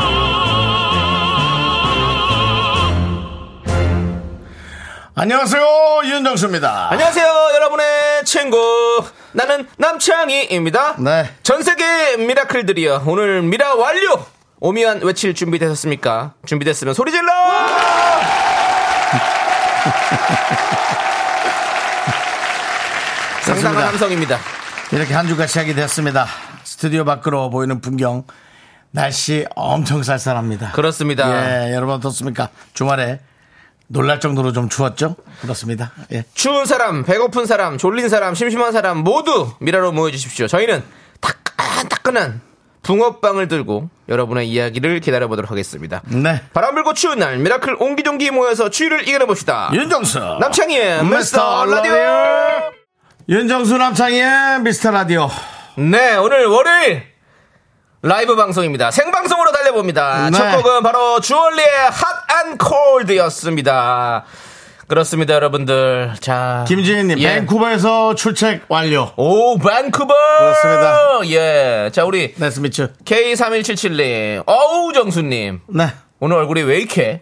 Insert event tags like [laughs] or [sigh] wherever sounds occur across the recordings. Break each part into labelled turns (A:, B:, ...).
A: 안녕하세요 윤정수입니다.
B: 안녕하세요, 여러분의 친구. 나는 남창희입니다.
A: 네.
B: 전 세계 미라클들이여. 오늘 미라 완료! 오미안 외칠 준비되셨습니까? 준비됐으면
A: [laughs]
B: 소리 질러! 상당한
A: 좋습니다.
B: 함성입니다.
A: 이렇게 한 주가 시작이 됐습니다. 스튜디오 밖으로 보이는 풍경 날씨 엄청 쌀쌀합니다.
B: 그렇습니다.
A: 예, 여러분 어떻습니까? 주말에 놀랄 정도로 좀 추웠죠? 그렇습니다. 예.
B: 추운 사람, 배고픈 사람, 졸린 사람, 심심한 사람 모두 미라로 모여주십시오. 저희는 따끈따끈한 붕어빵을 들고 여러분의 이야기를 기다려보도록 하겠습니다.
A: 네.
B: 바람 불고 추운 날 미라클 옹기종기 모여서 추위를 이겨내봅시다
A: 윤정수
B: 남창희의 미스터 라디오
A: 윤정수 남창희의 미스터 라디오
B: 네 오늘 월요일 라이브 방송입니다 생방송으로 달려봅니다
A: 네.
B: 첫 곡은 바로 주얼리의 핫앤 콜드였습니다 그렇습니다 여러분들 자
A: 김지혜님
B: 예.
A: 밴쿠버에서 출첵 완료
B: 오 밴쿠버
A: 그렇습니다.
B: 예자 우리
A: 네스미츠
B: K3177님 어우 정수님
A: 네
B: 오늘 얼굴이 왜 이렇게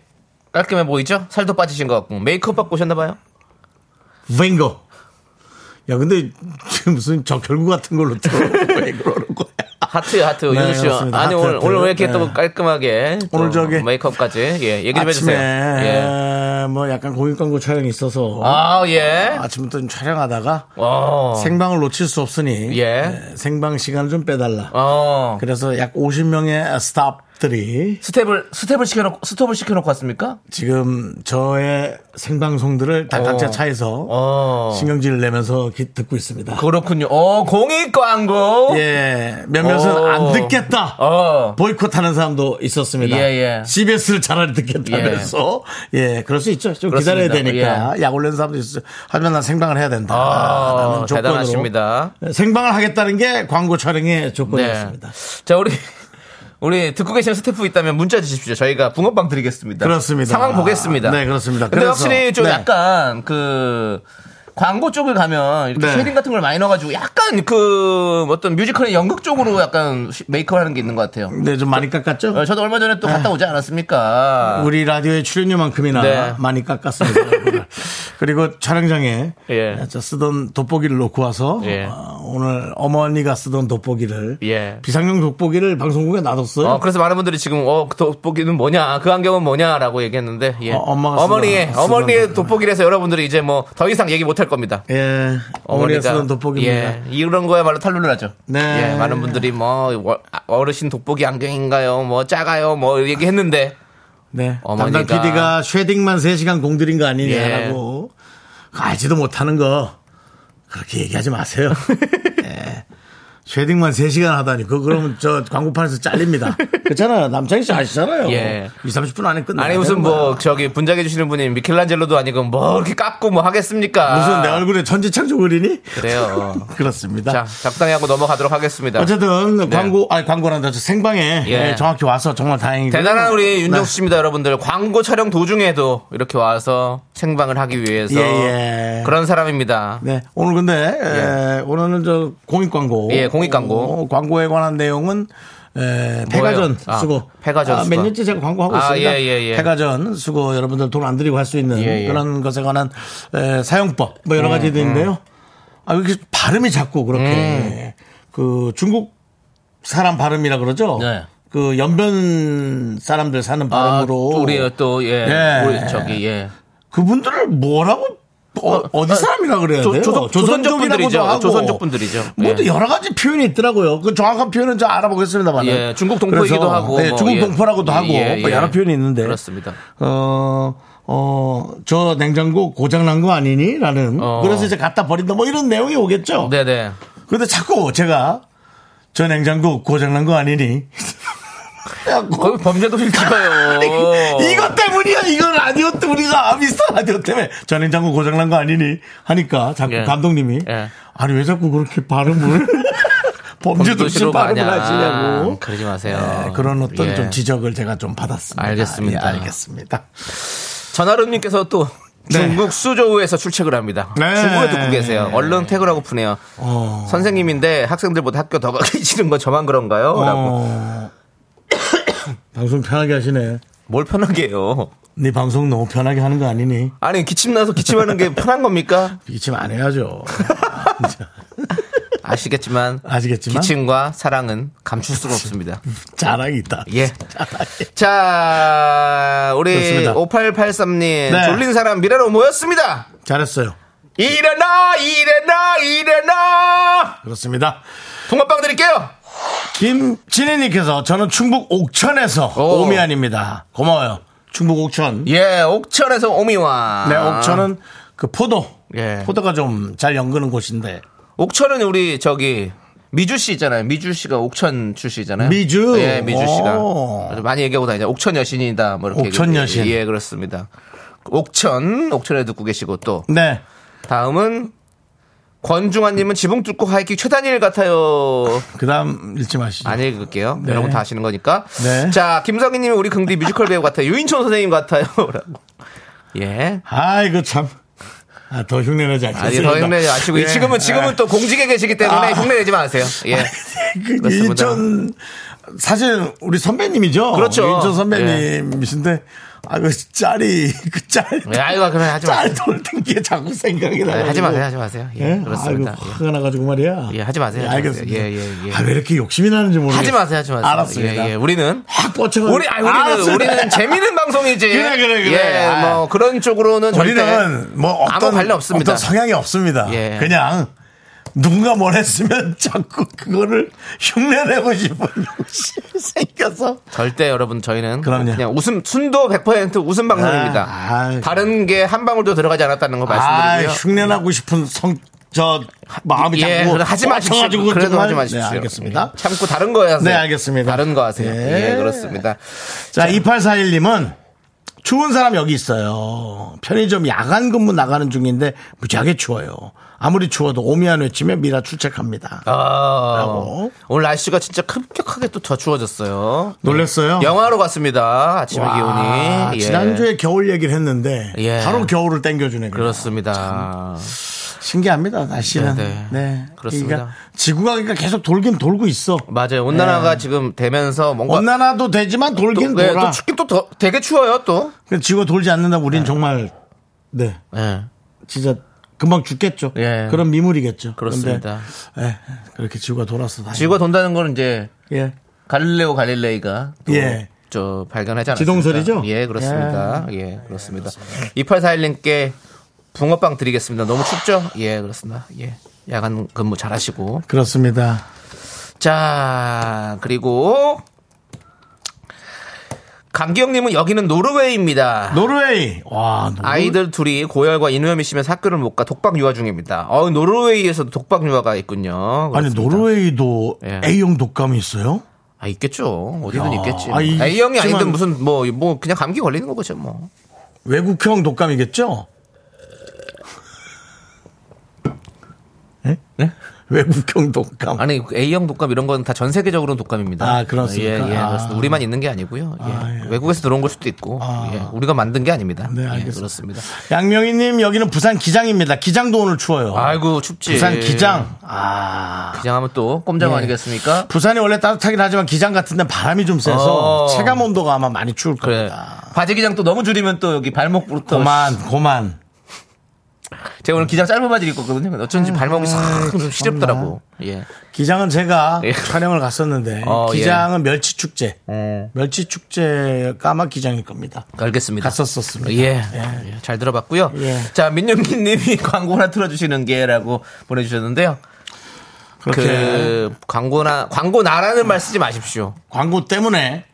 B: 깔끔해 보이죠? 살도 빠지신 것 같고 메이크업 받고 오셨나봐요
A: 뱅거 야 근데 지금 무슨 적혈구 같은 걸로 또왜 [laughs] 그러는 거야
B: 하트요 하트
A: 네,
B: 윤수 씨 아니
A: 그렇습니다. 하트,
B: 오늘
A: 하트.
B: 오늘 왜 이렇게
A: 네.
B: 또 깔끔하게 또
A: 오늘 저기
B: 메이크업까지 예 얘기 좀
A: 아침에
B: 해주세요 예아예
A: 뭐 약간 공익 광고 촬영이 있어서
B: 아, 예.
A: 아침부터 좀 촬영하다가
B: 어.
A: 생방을 놓칠 수 없으니
B: 예.
A: 예, 생방 시간을 좀 빼달라
B: 어.
A: 그래서 약 50명의 스탑들이
B: 스텝을 스텝을 시켜놓고 스톱을 시켜놓고 왔습니까?
A: 지금 저의 생방송들을 다
B: 어.
A: 각자 차에서
B: 어
A: 신경질을 내면서 기- 듣고 있습니다.
B: 그렇군요. 어 공익 광고
A: 예, 몇몇은
B: 어.
A: 안 듣겠다.
B: 어.
A: 보이콧하는 사람도 있었습니다.
B: 예, 예.
A: CBS를 차라리 듣겠다면서 예, 그럴 수 있죠. 좀
B: 그렇습니다. 예.
A: 기다려야 되니까 약 올리는 사람도 있어요. 하지만 난 생방을 해야 된다.
B: 아,
A: 라는 조건으로.
B: 대단하십니다.
A: 생방을 하겠다는 게 광고 촬영의 조건이었습니다.
B: 네. 자 우리 우리 듣고 계시는 스태프 있다면 문자 주십시오. 저희가 붕어빵 드리겠습니다.
A: 그렇습니다.
B: 상황 보겠습니다.
A: 네, 그렇습니다.
B: 근데
A: 그래서,
B: 확실히 좀
A: 네.
B: 약간 그 광고 쪽을 가면 이렇게
A: 네.
B: 쉐딩 같은 걸 많이 넣어가지고 약간 그 어떤 뮤지컬의 연극 쪽으로 약간 시- 메이크업을 하는 게 있는 것 같아요.
A: 네, 좀 많이 깎았죠?
B: 어, 저도 얼마 전에 또 갔다 오지 않았습니까?
A: 네. 우리 라디오의 출연료만큼이나
B: 아. 네.
A: 많이
B: [laughs]
A: 깎았습니다. 여러분들. 그리고 촬영장에
B: 예.
A: 저 쓰던 돋보기를 놓고 와서
B: 예.
A: 어, 오늘 어머니가 쓰던 돋보기를
B: 예.
A: 비상용 돋보기를 방송국에 놔뒀어요.
B: 어, 그래서 많은 분들이 지금 어, 그 돋보기는 뭐냐, 그 안경은 뭐냐라고 얘기했는데, 예.
A: 어, 엄마가 쓰던-
B: 어머니의
A: 쓰던
B: 어머니의
A: 돋보기.
B: 돋보기라서 여러분들이 이제 뭐 더 이상 얘기 못 할 겁니다.
A: 예, 어머니가 쓰던 돋보기입니다.
B: 예, 이런 거야말로 탈론을 하죠.
A: 네.
B: 예, 많은 분들이 뭐 월- 어르신 돋보기 안경인가요? 뭐 작아요? 뭐 얘기했는데
A: 네.
B: 어머니가-
A: 담당 PD가 쉐딩만 3시간 공들인 거
B: 예.
A: 아니냐라고 알지도 못하는 거 그렇게 얘기하지
B: [laughs]
A: 마세요. 예. 쉐딩만 3시간 하다니 그거 그러면 저 광고판에서 잘립니다. 그렇잖아요. 남창희 씨 아시잖아요.
B: 예.
A: 2, 30분 안에 끝나.
B: 아니 무슨 뭐 저기 분장해 주시는 분이 미켈란젤로도 아니고 뭐 이렇게 깎고 뭐 하겠습니까?
A: 무슨 내 얼굴에 천지창조 그리니?
B: 그래요.
A: [laughs] 그렇습니다.
B: 자 적당히 하고 넘어가도록 하겠습니다.
A: 어쨌든 광고 아니 광고란다. 저 생방에
B: 예.
A: 예, 정확히 와서 정말 다행이고
B: 대단한
A: 네.
B: 우리 윤정수 씨입니다, 여러분들. 광고 촬영 도중에도 이렇게 와서 생방을 하기 위해서
A: 예, 예.
B: 그런 사람입니다.
A: 네. 오늘 근데 에, 오늘은 저 공익 광고.
B: 예, 공익 광고.
A: 어, 광고에 관한 내용은 에,
B: 뭐예요?
A: 패가전
B: 아,
A: 수고.
B: 패가전
A: 아,
B: 수거.
A: 몇 년째 제가 광고하고
B: 아,
A: 있습니다.
B: 예, 예, 예.
A: 패가전 수고 여러분들 돈 안 들이고 할 수 있는
B: 예, 음, 예.
A: 그런 것에 관한 에, 사용법 뭐 여러 가지들인데요. 아, 이렇게 발음이 자꾸 그렇게 그 중국 사람 발음이라 그러죠.
B: 네.
A: 그 연변 사람들 사는 발음으로
B: 또 우리 또 예,
A: 예.
B: 우리 저기 예.
A: 그분들을 뭐라고 어, 디 사람이라 그래야
B: 아, 조-
A: 돼요?
B: 네, 조선-
A: 조선족이라고도
B: 조선족분들이죠.
A: 하고.
B: 조선족분들이죠.
A: 뭐
B: 예.
A: 또 여러 가지 표현이 있더라고요. 그 정확한 표현은 저 알아보겠습니다만.
B: 예, 중국 동포이기도 하고 뭐,
A: 중국
B: 예.
A: 동포라고도
B: 예,
A: 하고
B: 예,
A: 뭐
B: 예.
A: 여러 표현이 있는데.
B: 그렇습니다.
A: 어, 어, 저 냉장고 고장난 거 아니니? 라는.
B: 어.
A: 그래서 이제 갖다 버린다. 뭐 이런 내용이 오겠죠.
B: 네네.
A: [laughs] 그런데 자꾸 제가 저 냉장고 고장난 거 아니니? 그래갖고.
B: 거기 범죄도시 찍어요.
A: [laughs] 이것 때문이야. 이건 라디오 때 우리가 아미스터 라디오 때문에 전인장구 고장난 거 아니니 하니까 자꾸
B: 예.
A: 감독님이
B: 예.
A: 아니 왜 자꾸 그렇게 발음을 [laughs] 범죄 도시
B: 범죄도시로
A: 발음을
B: 가냐.
A: 하시냐고
B: 그러지 마세요.
A: 예, 그런 어떤
B: 예.
A: 좀 지적을 제가 좀 받았습니다.
B: 알겠습니다.
A: 예, 알겠습니다.
B: 전하름님께서 또
A: 네.
B: 중국 수저우에서 출첵을 합니다.
A: 네.
B: 중국에 듣고 계세요. 얼른 퇴근하고 푸네요.
A: 어.
B: 선생님인데 학생들보다 학교 더 가기 [laughs] 싫은 건 저만 그런가요? 라고.
A: 어, 방송 편하게 하시네.
B: 뭘 편하게 해요.
A: 네 방송 너무 편하게 하는 거 아니니?
B: 아니 기침 나서 기침하는 게 편한 [laughs] 겁니까?
A: 기침 안 해야죠.
B: 아시겠지만,
A: [laughs] 아시겠지만?
B: 기침과 사랑은 감출 수가 [laughs] 없습니다.
A: 자랑이 있다.
B: 예. 자, 우리
A: 좋습니다.
B: 5883님
A: 네.
B: 졸린 사람 미래로 모였습니다.
A: 잘했어요.
B: 일어나 일어나 일어나
A: 그렇습니다.
B: 붕어빵 드릴게요.
A: 김진희님께서 저는 충북 옥천에서
B: 오.
A: 오. 미안입니다 고마워요. 충북 옥천.
B: 예, 옥천에서 오미와.
A: 네, 옥천은 그 포도.
B: 아. 예.
A: 포도가 좀 잘 연그는 곳인데.
B: 옥천은 우리 저기 미주 씨 있잖아요. 미주 씨가 옥천 출시잖아요.
A: 미주?
B: 예, 미주 씨가
A: 오.
B: 아주 많이 얘기하고 다니죠. 옥천 여신이다. 뭐 이렇게.
A: 옥천
B: 얘기해요.
A: 여신.
B: 예, 그렇습니다. 옥천, 옥천에 듣고 계시고 또
A: 네.
B: 다음은 권중환님은 지붕 뚫고 하이킥 최단일 같아요.
A: 그 다음 읽지 마시죠.
B: 네. 안 읽을게요. 여러분 다 아시는 거니까.
A: 네.
B: 자, 김성희님이 우리 긍디 뮤지컬 배우 같아요. 유인천 선생님 같아요. [laughs] 라고. 예.
A: 아, 이거 참. 아, 더 흉내내지
B: 아니
A: 않겠습니다.
B: 더 힘내지 마시고
A: 예.
B: 지금은 지금은 또 공직에 계시기 때문에
A: 아.
B: 흉내내지 마세요. 예.
A: 그
B: 그렇습니다.
A: 인천 사실 우리 선배님이죠.
B: 그렇죠.
A: 인천 선배님이신데 아 그 짤이 그 짤.
B: 예, 아이고 그래 하지 마세요.
A: 짤돌 등기에 자꾸 생각이 나.
B: 예, 하지 마세요. 하지 마세요. 예,
A: 예?
B: 그렇습니다.
A: 아이고, 화가 나가지고 말이야.
B: 예, 하지 마세요, 하지
A: 알겠습니다.
B: 마세요. 예, 예, 예.
A: 아, 왜 이렇게 욕심이 나는지
B: 예.
A: 모르겠어요.
B: 하지 마세요. 하지 마세요.
A: 알았습니다.
B: 예, 예. 우리는
A: 확 뻗쳐가지고.
B: 우리 아 우리는
A: 알았습니다.
B: 우리는 재미있는 방송이지.
A: 그래, 그래, 그래.
B: 예,
A: 아.
B: 뭐 그런 쪽으로는
A: [laughs]
B: 절대
A: 우리는 뭐 어떤,
B: 아무 관련 없습니다.
A: 어떤 성향이 없습니다.
B: 예.
A: 그냥 누군가 뭘 했으면 [laughs] 자꾸 그거를 흉내내고 싶은 욕심이 생겨서
B: 절대 여러분 저희는 그
A: 그럼요.
B: 냥 웃음 순도 100% 웃음 방송입니다.
A: 아, 아이.
B: 다른 게 한 방울도 들어가지 않았다는 거 말씀드리고요.
A: 아, 흉내나고 싶은 성, 저, 마음이
B: 예,
A: 자꾸.
B: 그래, 하지 마십시오.
A: 꽂혀가지고
B: 그래도
A: 정말-
B: 하지 마십시오.
A: 네, 알겠습니다.
B: 예, 참고 다른 거 하세요.
A: 네, 알겠습니다.
B: 다른 거 하세요. 예,
A: 예.
B: 그렇습니다.
A: 자, 2841님은 추운 사람 여기 있어요. 편의점 야간 근무 나가는 중인데 무지하게 추워요. 아무리 추워도 오미안 외치며 미라 출첵합니다.
B: 아,
A: 라고.
B: 오늘 날씨가 진짜 급격하게 또 더 추워졌어요. 예,
A: 놀랬어요?
B: 영화로 갔습니다. 아침에
A: 와,
B: 기온이. 예.
A: 지난주에 겨울 얘기를 했는데
B: 예.
A: 바로 겨울을 땡겨주네. 그냥.
B: 그렇습니다.
A: 신기합니다. 날씨는.
B: 네,
A: 네,
B: 네.
A: 그러니까
B: 그렇습니다.
A: 지구가 그러니까 계속 돌긴 돌고 있어.
B: 맞아요. 온난화가 지금 되면서 뭔가
A: 네. 온난화도 되지만
B: 또,
A: 돌긴
B: 예,
A: 돌아.
B: 또 춥긴 또 더- 되게 추워요 또.
A: 근데 지구가 돌지 않는다 우린 정말 네
B: 예.
A: 진짜 금방 죽겠죠.
B: 예.
A: 그런 미물이겠죠.
B: 그렇습니다.
A: 근데, 예, 그렇게 지구가 돌았어. 다행히.
B: 지구가 돈다는 건 이제
A: 예.
B: 갈릴레오 갈릴레이가 또
A: 예.
B: 저 발견하지 않았습니까?
A: 지동설이죠?
B: 예, 그렇습니다. 예, 그렇습니다. 2841님께 붕어빵 드리겠습니다. 너무 춥죠? 예, 그렇습니다. 예. 야간 근무 잘 하시고.
A: 그렇습니다.
B: 자, 그리고 강기영 님은 여기는 노르웨이입니다.
A: 노르웨이. 와, 노르...
B: 아이들 둘이 고열과 인후염이 심해서 학교를 못 가 독박 육아 중입니다. 어, 노르웨이에서도 독박 육아가 있군요.
A: 아니
B: 그렇습니다.
A: 노르웨이도
B: 예.
A: A형 독감이 있어요?
B: 아 있겠죠. 어디든
A: 야,
B: 있겠지.
A: 아, 이-
B: A형이 아니든
A: 있지만-
B: 무슨 뭐 뭐 그냥 감기 걸리는 거죠 뭐.
A: 외국형 독감이겠죠?
B: 네?
A: 예? 외국형 독감.
B: [laughs] 아니 A형 독감 이런 건 다 전 세계적으로는 독감입니다.
A: 아, 그렇습니까?
B: 예, 예,
A: 아.
B: 그렇습니다. 우리만 있는 게 아니고요. 예.
A: 아, 예.
B: 외국에서 들어온 걸 수도 있고
A: 아.
B: 예. 우리가 만든 게 아닙니다.
A: 네,
B: 예,
A: 알겠습니다.
B: 그렇습니다.
A: 양명희님 여기는 부산 기장입니다. 기장도 오늘 추워요.
B: 아이고 예. 춥지.
A: 어. 부산 기장. 아.
B: 기장하면 또 꼼장
A: 예.
B: 아니겠습니까?
A: 부산이 원래 따뜻하긴 하지만 기장 같은 데 바람이 좀 세서
B: 어.
A: 체감 온도가 아마 많이 추울
B: 그래.
A: 겁니다.
B: 바지 예. 기장 또 너무 줄이면 또 여기 발목부터.
A: 고만, 고만.
B: 제가 오늘 기장 짧은 바지 입고 거든요
A: 음,
B: 어쩐지 발목이
A: 아,
B: [laughs] 싹좀 시렵더라고. 예.
A: 기장은 제가
B: 예.
A: 촬영을 갔었는데
B: 어, 예. 어.
A: 기장은 멸치 축제, 멸치 축제 까마 기장일 겁니다.
B: 그러니까 알겠습니다.
A: 갔었었습니다.
B: 예. 예, 잘 들어봤고요.
A: 예.
B: 자, 민영기 님이 [laughs] 광고 하나 틀어주시는 게라고 보내주셨는데요.
A: 그렇게
B: 그, 광고나, 광고나라는 말 쓰지 마십시오.
A: 광고 때문에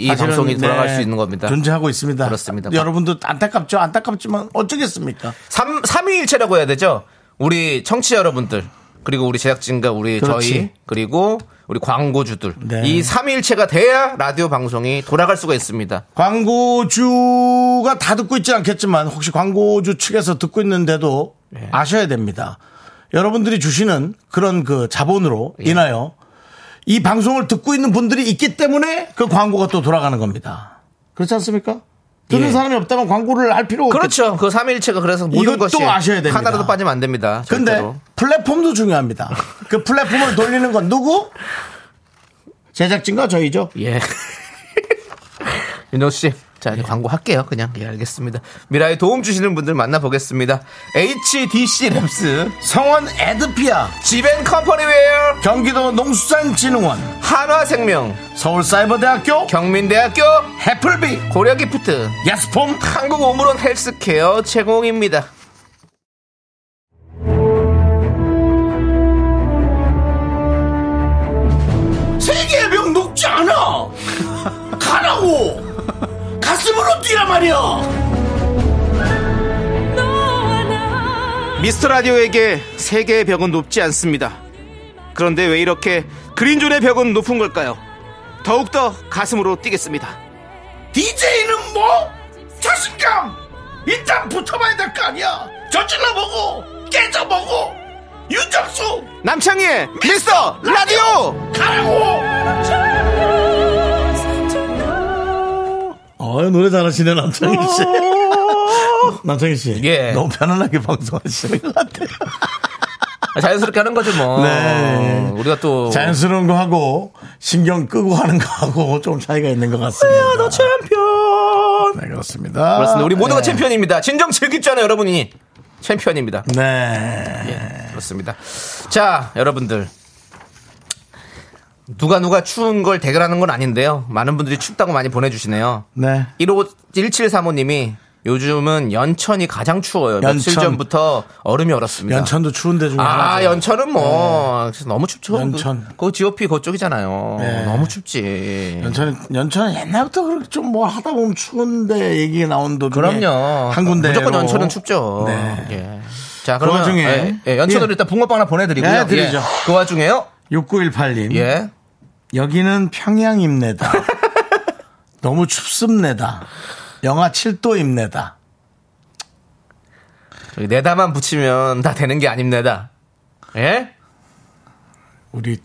B: 이
A: 사실은,
B: 방송이 돌아갈
A: 네,
B: 수 있는 겁니다.
A: 존재하고 있습니다.
B: 그렇습니다.
A: 여러분도 안타깝죠. 안타깝지만 어쩌겠습니까?
B: 삼 3위일체라고 해야 되죠? 우리 청취자 여러분들, 그리고 우리 제작진과 우리
A: 그렇지.
B: 저희, 그리고 우리 광고주들
A: 네.
B: 이 삼일체가 돼야 라디오 방송이 돌아갈 수가 있습니다.
A: 광고주가 다 듣고 있지 않겠지만 혹시 광고주 측에서 듣고 있는데도
B: 예.
A: 아셔야 됩니다. 여러분들이 주시는 그런 그 자본으로
B: 예.
A: 인하여 이 방송을 듣고 있는 분들이 있기 때문에 그 광고가 또 돌아가는 겁니다. 그렇지 않습니까? 듣는
B: 예.
A: 사람이 없다면 광고를 할 필요 없죠.
B: 그렇죠. 그 삼일체가 그래서 모든
A: 이것도
B: 것이
A: 아셔야 됩니다.
B: 하나라도 빠지면 안 됩니다.
A: 근데
B: 절대로.
A: 플랫폼도 중요합니다. 그 플랫폼을 돌리는 건 누구? 제작진과 저희죠.
B: 예. [laughs] 윤정수 씨. 자, 이제 광고 할게요. 그냥. 예, 알겠습니다. 미라에 도움 주시는 분들 만나보겠습니다. HDC 랩스,
A: 성원 에드피아,
B: 지벤 컴퍼니웨어,
A: 경기도 농수산진흥원,
B: 한화생명,
A: 서울사이버대학교,
B: 경민대학교,
A: 해플비,
B: 고려기프트,
A: 야스폼
B: 한국 오므론 헬스케어 제공입니다.
A: 세계의 병 녹지 않아 가라고 가슴으로 뛰라 말이야
B: 미스터 라디오에게 세계의 벽은 높지 않습니다. 그런데 왜 이렇게 그린존의 벽은 높은 걸까요? 더욱더 가슴으로 뛰겠습니다.
A: DJ는 뭐 자신감 일단 붙어봐야 될 거 아니야 저질러보고 깨져보고 윤정수
B: 남창희의 미스터 라디오!
A: 가라고 어 노래 잘하시네 남창희 씨 [laughs] 남창희 씨
B: 예.
A: 너무 편안하게 방송하시는 것 같아요
B: 자연스럽게 하는 거죠 뭐.
A: 네.
B: 우리가 또
A: 자연스러운 거 하고 신경 끄고 하는 거 하고 좀 차이가 있는 것 같습니다. 너
B: 챔피언.
A: 네 그렇습니다.
B: 그렇습니다. 우리 모두가
A: 네.
B: 챔피언입니다. 진정 즐깁잖아요, 여러분이. 챔피언입니다.
A: 네.
B: 예, 그렇습니다. 자, 여러분들. 누가 누가 추운 걸 대결하는 건 아닌데요. 많은 분들이 춥다고 많이 보내주시네요.
A: 네.
B: 15, 1735님이 요즘은 연천이 가장 추워요. 며칠
A: 연천.
B: 전부터 얼음이 얼었습니다.
A: 연천도 추운데 중에
B: 아,
A: 하나죠.
B: 연천은 뭐 그래서 너무 춥죠.
A: 연천.
B: 그, 그 GOP 그쪽이잖아요.
A: 네.
B: 너무 춥지.
A: 연천 연천은 옛날부터 그렇게 좀 뭐 하다 보면 추운데 얘기가 나온 도중에
B: 그럼요.
A: 네. 한 군데
B: 무조건 연천은 춥죠.
A: 네.
B: 예. 자, 그러면
A: 와중에-
B: 예, 예, 연천으로
A: 예.
B: 일단 붕어빵 하나 보내드리고요.
A: 네, 드리죠. 음.
B: 예. 그 와중에요.
A: 6918님.
B: 예.
A: 여기는 평양입니다. [laughs] 너무 춥습니다. 영하 7도입니다.
B: 저기 내다만 붙이면 다 되는 게 아닙니다. 예?
A: 우리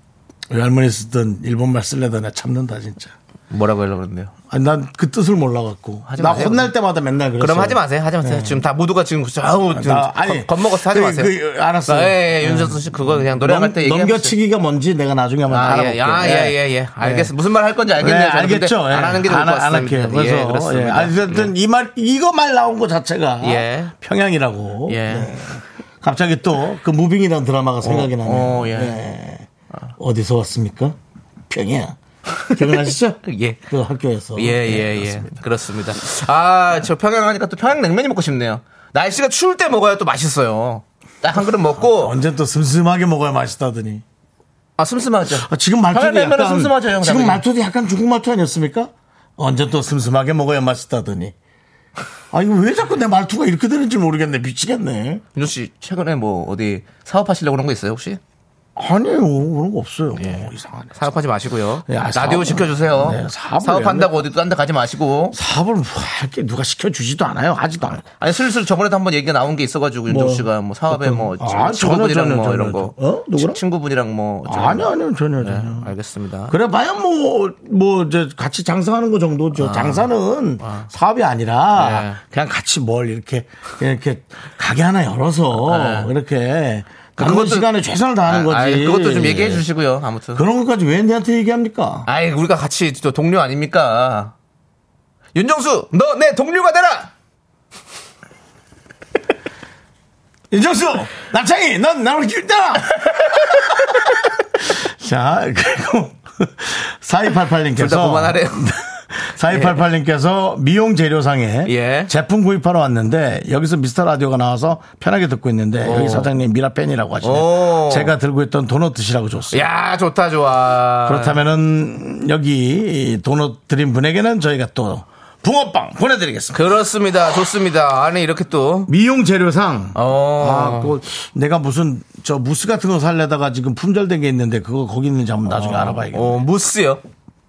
A: 외할머니 쓰던 일본말 쓸래다 내 참는다 진짜.
B: 뭐라고 하려고 그러는데요.
A: 아니 난 그 뜻을 몰라갖고
B: 하지
A: 나
B: 마세요.
A: 혼날 때마다 맨날 그랬어.
B: 그럼 하지 마세요. 하지 마세요. 지금 다 모두가 지금 그저 아우 지금
A: 나- 그렇죠. 네. 아니,
B: 겁먹어서 하지
A: 그-
B: 마세요.
A: 그- 알았어요.
B: 예, 예, 윤정수 씨 그거 그냥 노래
A: 넘,
B: 할때 얘기해 보세요.
A: 넘겨치기가 뭔지 내가 나중에 한번
B: 아, 예,
A: 알아볼게요.
B: 아, 예, 예, 예. 알겠어. 무슨 말 할 건지
A: 네,
B: 알겠네요. 저는. 아, 근데
A: 알겠죠. 예.
B: 안 하는 게 좋을
A: 안
B: 것
A: 하- 안
B: 같습니다.
A: 할게요.
B: 예,
A: 그래서 예,
B: 그렇습니다. 음.
A: 어쨌든 이 말 이거 말 나온 거 자체가
B: 예.
A: 평양이라고.
B: 예.
A: 네. 갑자기 또 그 무빙이라는 드라마가 생각이 나네요.
B: 어, 예.
A: 어디서 왔습니까? 평양. 기억나시죠?
B: [laughs] 예.
A: 그 학교에서.
B: 예, 예, 예. 그렇습니다. 아, 저 평양 하니까 또 평양 냉면이 먹고 싶네요. 날씨가 추울 때 먹어야 또 맛있어요. 딱 한 그릇 먹고
A: 언제 또 슴슴하게 먹어야 맛있다더니.
B: 아 슴슴하죠.
A: 아, 지금 말투도
B: 평양 냉면은
A: 약간
B: 슴슴하죠, 형.
A: 지금 말투도 약간 중국 말투 아니었습니까? 언제 또 슴슴하게 먹어야 맛있다더니. 아 이거 왜 자꾸 내 말투가 이렇게 되는지 모르겠네 미치겠네.
B: 윤호 씨 최근에 뭐 어디 사업하시려고 그런 거 있어요 혹시?
A: 아니에요 그런 거 없어요.
B: 예.
A: 어, 이상하네.
B: 사업하지 마시고요.
A: 예, 아,
B: 라디오
A: 사업은-
B: 지켜주세요.
A: 네, 사업을
B: 사업한다고 어디 딴 데 가지 마시고.
A: 사업을 뭐 할게 누가 시켜주지도 않아요 하지도 않고.
B: 아니 슬슬 저번에도 한번 얘기가 나온 게 있어가지고 윤정 씨가 뭐 사업에 뭐
A: 어떤- 아, 전혀,
B: 친구분이랑
A: 전혀,
B: 뭐
A: 전혀,
B: 이런 거
A: 전혀. 어? 누구랑?
B: 치- 친구분이랑 뭐 어쩌고
A: 아니요 아니요 전혀
B: 네,
A: 전혀.
B: 알겠습니다.
A: 그래 봐야 뭐뭐 이제 같이 장사하는 거 정도죠. 장사는 사업이 아니라
B: 아. 네.
A: 그냥 같이 뭘 이렇게 그냥 이렇게 가게 하나 열어서 이렇게 남은
B: 네. 아, 그것도-
A: 시간에 최선을 다하는 거지. 예.
B: 아, 아이, 그것도 좀 얘기해 주시고요. 아무튼
A: 그런 것까지 왜 내한테 얘기합니까?
B: 아이 우리가 같이 또 동료 아닙니까? 윤정수 너 내 동료가 되라.
A: 윤정수 남창희 넌 나를
B: [laughs]
A: 기울다. 자 그리고 4288님께서
B: 둘
A: [laughs]
B: 다 그만하래요.
A: 4288님께서 미용 재료상에
B: 예.
A: 제품 구입하러 왔는데 여기서 미스터 라디오가 나와서 편하게 듣고 있는데 여기 사장님 미라 팬이라고 하시네요.
B: 오.
A: 제가 들고 있던 도넛 드시라고 줬어요.
B: 야 좋다 좋아.
A: 그렇다면은 여기 도넛 드린 분에게는 저희가 또 붕어빵 보내드리겠습니다.
B: 그렇습니다. 좋습니다. 아니 이렇게 또
A: 미용 재료상 아,
B: 어.
A: 그거 내가 무슨 저 무스 같은 거 살려다가 지금 품절된 게 있는데 그거 거기 있는지 한번 나중에 알아봐야겠네.
B: 어, 무스요.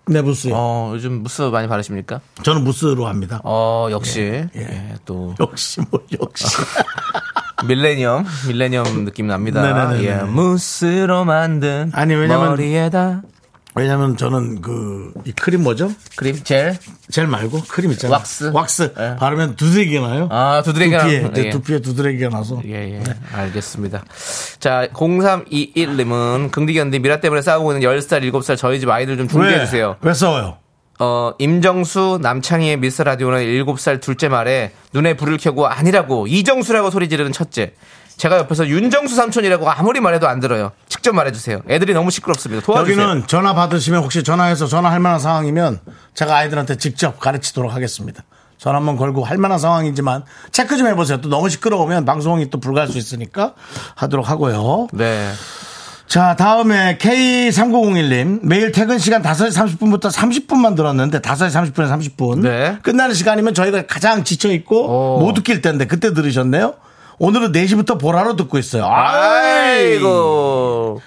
A: 네 무스. 요
B: 어, 요즘 무스 많이 바르십니까?
A: 저는 무스로 합니다.
B: 어, 역시. 예, 또
A: 역시 뭐 역시.
B: 어. 밀레니엄, 밀레니엄 느낌 납니다.
A: 네네네네.
B: 예, 무스로 만든
A: 아니, 왜냐면-
B: 머리에다
A: [laughs] 왜냐면 저는 그 이 크림 뭐죠?
B: 크림 젤.
A: 젤 말고 크림 있잖아요.
B: 왁스.
A: 왁스
B: 예.
A: 바르면 두드러기 나요.
B: 아, 두드레기
A: 두피에 내 두피에 네. 두드러기가 나서
B: 예, 예. 알겠습니다. 자, 0321님은 긍디견디 미라 때문에 싸우고 있는 10살, 7살 저희 집 아이들 좀 중재해주세요.
A: 왜 싸워요?
B: 어, 임정수, 남창희의 미스 라디오는 7살 둘째 말에 눈에 불을 켜고 아니라고 이정수라고 소리 지르는 첫째. 제가 옆에서 윤정수 삼촌이라고 아무리 말해도 안 들어요. 직접 말해주세요. 애들이 너무 시끄럽습니다. 도와주세요.
A: 여기는 전화 받으시면 혹시 전화해서 전화할 만한 상황이면 제가 아이들한테 직접 가르치도록 하겠습니다. 전화 한번 걸고 할 만한 상황이지만 체크 좀 해보세요. 또 너무 시끄러우면 방송이 또 불가할 수 있으니까 하도록 하고요.
B: 네.
A: 자, 다음에 K3901님. 매일 퇴근 시간 5시 30분부터 30분만 들었는데 5시 30분에 30분.
B: 네.
A: 끝나는 시간이면 저희가 가장 지쳐있고
B: 오.
A: 못 웃길 때인데 그때 들으셨네요. 오늘은 4시부터 보라로 듣고 있어요. 아이.
B: 아이고.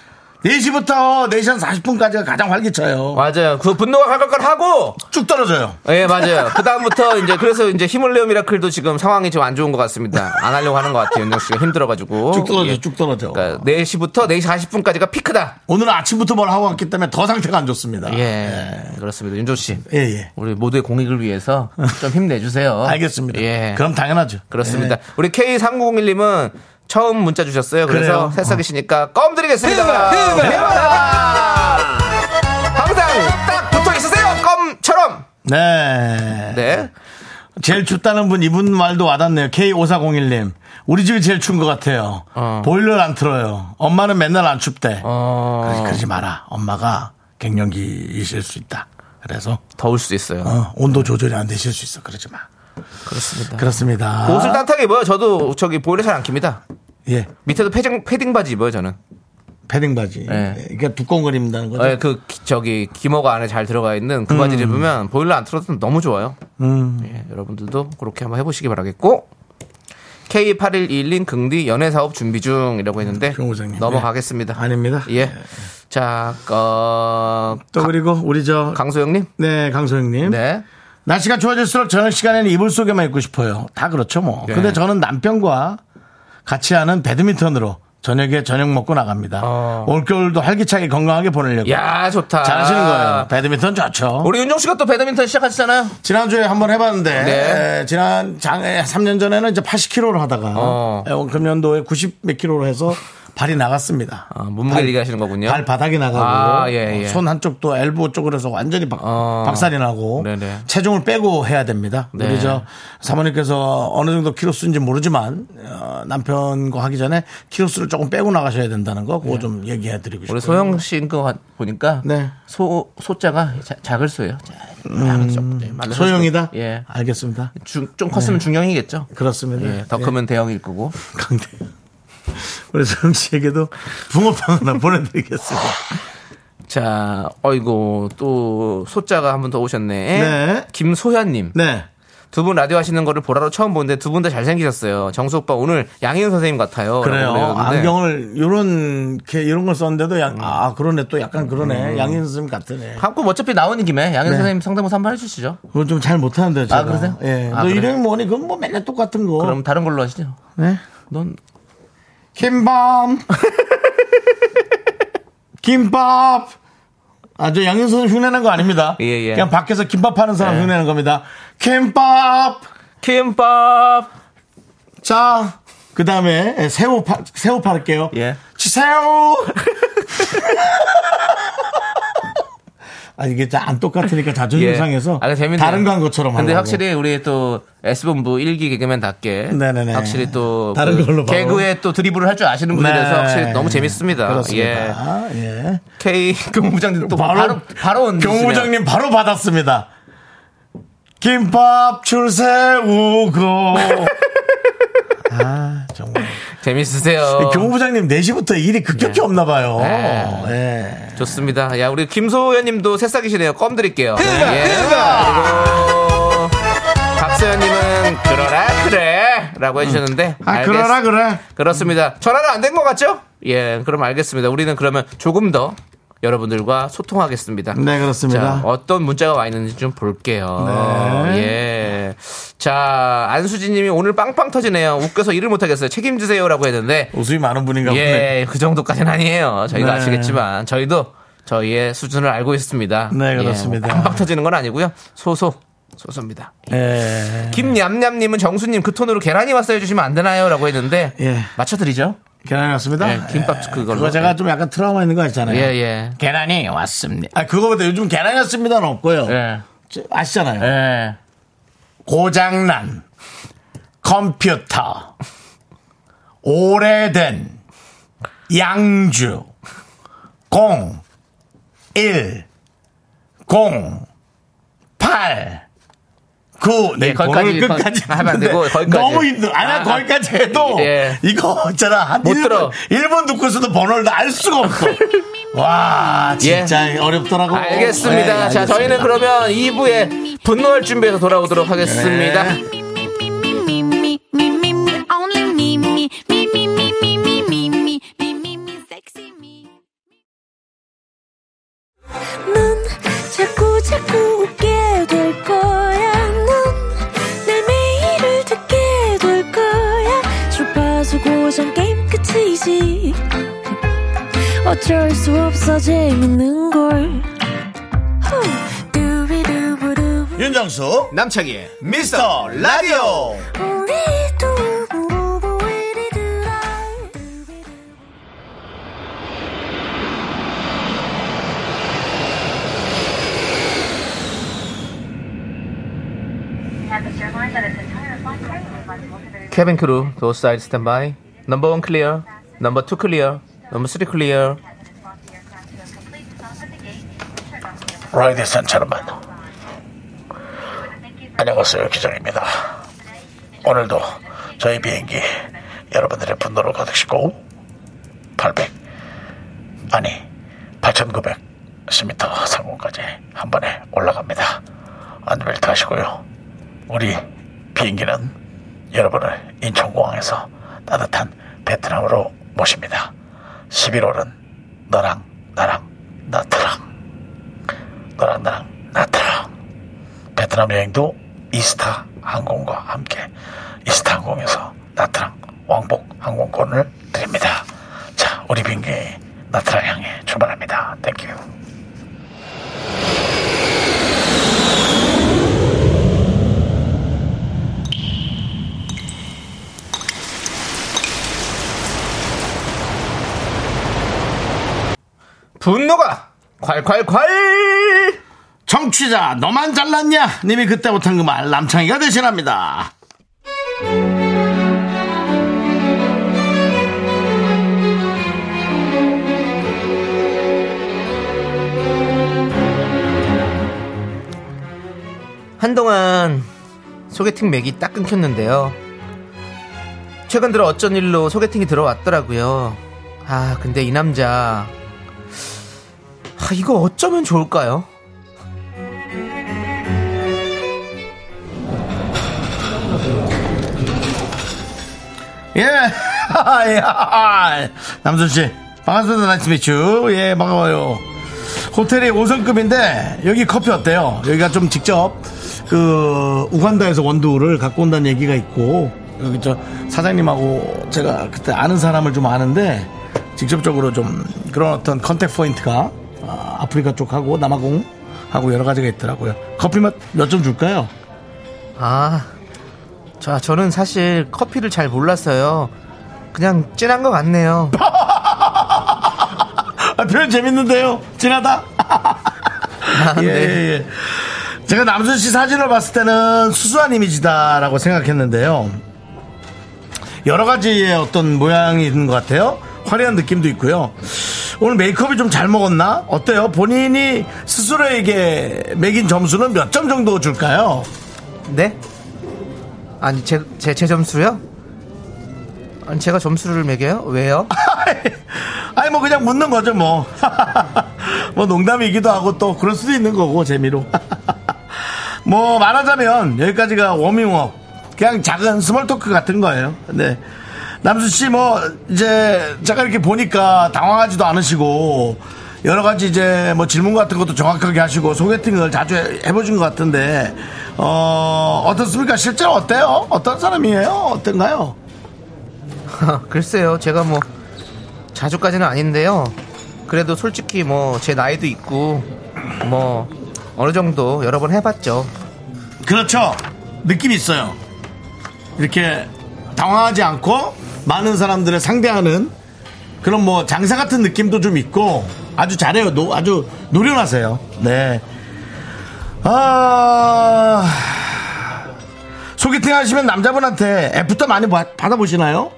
A: 4시부터 4시 한 40분까지가 가장 활기차요.
B: 맞아요. 그 분노가 갈갈갈 하고
A: 쭉 떨어져요.
B: 예, 맞아요. 그다음부터 이제 그래서 이제 힘을 내어 미라클도 지금 상황이 좀 안 좋은 것 같습니다. 안 하려고 하는 것 같아요. 윤정 씨가 힘들어가지고.
A: 쭉 떨어져,
B: 예.
A: 쭉 떨어져.
B: 그러니까 4시부터 4시 40분까지가 피크다.
A: 오늘은 아침부터 뭘 하고 왔기 때문에 더 상태가 안 좋습니다. 네.
B: 예. 그렇습니다. 윤정 씨.
A: 예, 예.
B: 우리 모두의 공익을 위해서 좀 힘내주세요.
A: [laughs] 알겠습니다.
B: 예.
A: 그럼 네. 당연하죠. 예.
B: 그렇습니다. 우리 K3901님은 처음 문자 주셨어요. 그래서
A: 그래요.
B: 새싹이시니까 껌 드리겠습니다. 해봐라! 항상 딱 붙어 있으세요. 껌처럼.
A: 예. 네.
B: 네.
A: 제일 춥다는 분 이분 말도 와닿네요. K5401님. 우리 집이 제일 추운 것 같아요.
B: 어.
A: 보일러를 안 틀어요. 엄마는 맨날 안 춥대. 네,
B: 어,
A: 그러지, 그러지 마라. 엄마가 갱년기이실 수 있다. 그래서
B: 더울 수도 있어요.
A: 어, 온도 조절이 안 되실 수 있어. 그러지 마.
B: 그렇습니다.
A: 그렇습니다.
B: 옷을 따뜻하게 입어요. 저도 저기 보일러 잘 안 킵니다.
A: 예.
B: 밑에도 패딩, 패딩 바지 입어요, 저는.
A: 패딩 바지.
B: 예.
A: 예. 그러니까 두꺼운 걸 입는다는 거죠.
B: 예, 그, 기- 저기, 기모가 안에 잘 들어가 있는 그 바지를
A: 음.
B: 입으면 보일러 안 틀어도 너무 좋아요. 예, 여러분들도 그렇게 한번 해보시기 바라겠고. K8121님 긍디 연애사업 준비 중이라고 했는데
A: 경호장님.
B: 넘어가겠습니다.
A: 예. 아닙니다.
B: 예. 자, 어,
A: 또 그리고 우리 저
B: 강소영님?
A: 네, 강소영님.
B: 네.
A: 날씨가 좋아질수록 저녁 시간에는 이불 속에만 있고 싶어요. 다 그렇죠 뭐.
B: 네.
A: 근데 저는 남편과 같이 하는 배드민턴으로 저녁에 저녁 먹고 나갑니다.
B: 어.
A: 올겨울도 활기차게 건강하게 보내려고.
B: 야 좋다.
A: 잘하시는 거예요. 배드민턴 좋죠.
B: 우리 윤정 씨가 또 배드민턴 시작하시잖아요.
A: 지난주에 한번 해봤는데
B: 네.
A: 에, 지난 장에 3년 전에는 이제 80kg로 하다가
B: 어.
A: 에, 금년도에 90몇 kg로 해서 발이 나갔습니다.
B: 아, 몸무게 얘기하시는 거군요.
A: 발 바닥이 나가고
B: 아, 예, 예.
A: 어, 손 한쪽도 엘보 쪽으로 해서 완전히 박,
B: 어.
A: 살이 나고
B: 네네.
A: 체중을 빼고 해야 됩니다.
B: 네.
A: 우리 저 사모님께서 어느 정도 키로수인지 모르지만 어, 남편과 하기 전에 키로수를 조금 빼고 나가셔야 된다는 거 그거 좀 얘기해 드리고 싶어요.
B: 예. 우리 소영 씨거 보니까
A: 네.
B: 소 소자가 자- 작을 소예요. 자- 작은 소. 네,
A: 음.
B: 말로
A: 아, 소영이다.
B: 소식. 예.
A: 알겠습니다.
B: 중- 좀
A: 네.
B: 컸으면 중형이겠죠.
A: 그렇습니다.
B: 예. 더
A: 예.
B: 크면 대형일 거고.
A: 강대. [laughs] 우리 소영 씨에게도 붕어빵 하나 보내드리겠습니다.
B: 자, 어이고 또 소자가 한 분 더 오셨네.
A: 네.
B: 김소현님.
A: 네.
B: 두 분 라디오 하시는 거를 보라로 처음 보는데 두 분 다 잘생기셨어요. 정수 오빠 오늘 양희은 선생님 같아요.
A: 그래요.
B: 라고 그러는데. 음.
A: 안경을 요런 게 이런 걸 썼는데도 양, 아 그러네 또 약간 그러네 양인 선생님 같으네.
B: 갖고 뭐 어차피 나오는 김에
A: 네.
B: 양희은 선생님 성대모사 한번 해주시죠.
A: 그걸 좀 잘 못하는데 제가.
B: 그러세요?
A: 예. 너
B: 아, 그래요?
A: 이름이 뭐니? 그건 뭐 맨날 똑같은 거.
B: 그럼 다른 걸로 하시죠.
A: 네?
B: 넌 [laughs]
A: 김밥. 김밥. 아, 저 양현선 흉내낸 거 아닙니다.
B: 예, 예.
A: 그냥 밖에서 김밥 파는 사람 흉내낸 겁니다. 김밥.
B: 김밥.
A: 자, 그 다음에 새우 파, 새우 팔게요.
B: 예.
A: 치새우! [laughs] 아, 이게 다 안 똑같으니까 자존심 상해서
B: 예. 아니, 재밌네요.
A: 다른 거 한 것처럼
B: 근데
A: 하려고.
B: 확실히 우리 또 S본부 일기 개그맨답게
A: 네네네.
B: 확실히 또
A: 다른
B: 그
A: 걸로 바로.
B: 개그에 또 드리블을 할 줄 아시는 분들이라서
A: 네.
B: 확실히 너무 재밌습니다. 예.
A: 그렇습니다. 예.
B: K [laughs] 교무부장님 또뭐 바로 바로 온
A: 경무장님 바로 받았습니다. 김밥
B: [laughs]
A: 출세우고. 아, 정말. 네,
B: 재밌으세요.
A: 경무부장님 4시부터 일이 급격히 없나 봐요.
B: 어. 네.
A: 예. 네,
B: 좋습니다. 야, 우리 김소연님도 새싹이시네요. 껌 드릴게요. 예. 그리고 박서연님은 그러라 그래 라고 해주셨는데
A: 아,
B: 알겠-
A: 그러라, 그래.
B: 그렇습니다. 전화는 안 된 것 같죠? 예, 그럼 알겠습니다. 우리는 그러면 조금 더 여러분들과 소통하겠습니다.
A: 네, 그렇습니다. 네.
B: 자, 어떤 문자가 와 있는지 좀 볼게요. 예. 자, 안수진 님이 오늘 빵빵 터지네요. 웃겨서 일을 못하겠어요. 책임지세요라고 했는데,
A: 웃음이 많은 분인가 보네.
B: 예, 그 정도까지는 아니에요. 저희가
A: 네.
B: 아시겠지만, 저희도 저희의 수준을 알고 있습니다.
A: 네, 그렇습니다.
B: 예, 빵빵 터지는 건 아니고요. 소소, 소소입니다.
A: 예.
B: 김냠냠님은 정수님 그 톤으로 계란이 왔어 해주시면 안 되나요? 라고 했는데
A: 예.
B: 맞춰드리죠.
A: 계란이 왔습니다.
B: 예, 김밥 그걸로.
A: 그거 제가 좀 약간 트라우마 있는 거 있잖아요.
B: 예, 예.
A: 계란이 왔습니다. 아, 그거보다 요즘 계란이 왔습니다는 없고요.
B: 예.
A: 저- 아시잖아요.
B: 예.
A: 고장난 컴퓨터 오래된 양주 0 1 0 8 9 네,
B: 거기까지,
A: 오늘 끝까지
B: 거기- 하면 안 되고,
A: 듣는데
B: 거기까지.
A: 너무 힘들어 아니
B: 아,
A: 거기까지 해도
B: 예.
A: 이거 어쩌나 한
B: 못
A: 1분,
B: 들어.
A: 1분 듣고서도 번호를 다알 수가 없고 와 진짜 어렵더라고
B: 예. 아, 알겠습니다.
A: 네,
B: 자, 저희는
A: 알겠습니다.
B: 그러면 2부에 분노할 준비해서 돌아오도록 하겠습니다.
C: 넌 자꾸 자꾸 웃게 될 거야. 넌내 매일을 듣게 될 거야. 주파수 고정 게임 끝이지. 어쩔 수 없어 재밌는 걸. 후. 두비두부두부.
A: 윤정수
D: 남창희의
A: 미스터 라디오
C: 우리 두부부부 우리 두라. 두비두부.
B: 케빈 크루, 도사이드 스탠바이. 넘버 원 클리어, 넘버 투 클리어, 넘버 쓰리 클리어.
A: 라이드 산처럼만 안녕하세요 기장입니다 오늘도 저희 비행기 여러분들의 분노를 가득 싣고 800 아니 8900 스미터 상공까지 한 번에 올라갑니다 안전벨트 하시고요 우리 비행기는 여러분을 인천공항에서 따뜻한 베트남으로 모십니다 11월은 너랑 나랑 나트랑 너랑 나랑 나트랑 베트남 여행도 이스타 항공과 함께 이스타 항공에서 나트랑 왕복 항공권을 드립니다. 자, 우리 비행기 나트랑 향해 출발합니다. 땡큐.
B: 분노가 콸콸콸!
A: 정취자 너만 잘났냐? 님이 그때 못한 그 말 남창희가 대신합니다.
B: 한동안 소개팅 맥이 딱 끊겼는데요. 최근 들어 어쩐 일로 소개팅이 들어왔더라고요. 아, 근데 이 남자. 아, 이거 어쩌면 좋을까요?
A: 예, [laughs] 야, 남순 씨 반갑습니다. 나이스 미추. 예, 반가워요. 호텔이 5성급인데 여기 커피 어때요? 여기가 좀 직접 그 우간다에서 원두를 갖고 온다는 얘기가 있고 여기 저 사장님하고 제가 그때 아는 사람을 좀 아는데 직접적으로 좀 그런 어떤 컨택 포인트가 아, 아프리카 쪽하고 남아공 하고 여러 가지가 있더라고요. 커피 맛 몇 점 줄까요?
B: 아, 자, 저는 사실 커피를 잘 몰라서요. 그냥 진한 것 같네요.
A: 아, 표현 재밌는데요. 진하다. [laughs] 예,
B: 네.
A: 예, 예. 제가 남순 씨 사진을 봤을 때는 수수한 이미지다라고 생각했는데요. 여러 가지의 어떤 모양이 있는 것 같아요. 화려한 느낌도 있고요. 오늘 메이크업이 좀 잘 먹었나? 어때요? 본인이 스스로에게 매긴 점수는 몇 점 정도 줄까요?
B: 네? 아니, 제, 제, 제 점수요? 아니, 제가 점수를 매겨요? 왜요? [laughs]
A: 아니 뭐 그냥 묻는 거죠 뭐. [laughs] 뭐 농담이기도 하고 또 그럴 수도 있는 거고 재미로. [laughs] 뭐 말하자면 여기까지가 워밍업. 그냥 작은 스몰 토크 같은 거예요. 네. 남수 씨 뭐 이제 제가 이렇게 보니까 당황하지도 않으시고 여러 가지 이제 뭐 질문 같은 것도 정확하게 하시고 소개팅을 자주 해- 해보신 것 같은데 어 어떻습니까? 실제로 어때요? 어떤 사람이에요? 어떤가요?
B: 글쎄요, 제가 뭐 자주까지는 아닌데요. 그래도 솔직히 뭐 제 나이도 있고 뭐 어느 정도 여러 번 해봤죠.
A: 그렇죠. 느낌 있어요. 이렇게 당황하지 않고 많은 사람들을 상대하는 그런 뭐 장사 같은 느낌도 좀 있고 아주 잘해요. 노- 아주 노련하세요. 네. 아. 소개팅 하시면 남자분한테 애프터 많이 받- 받아보시나요?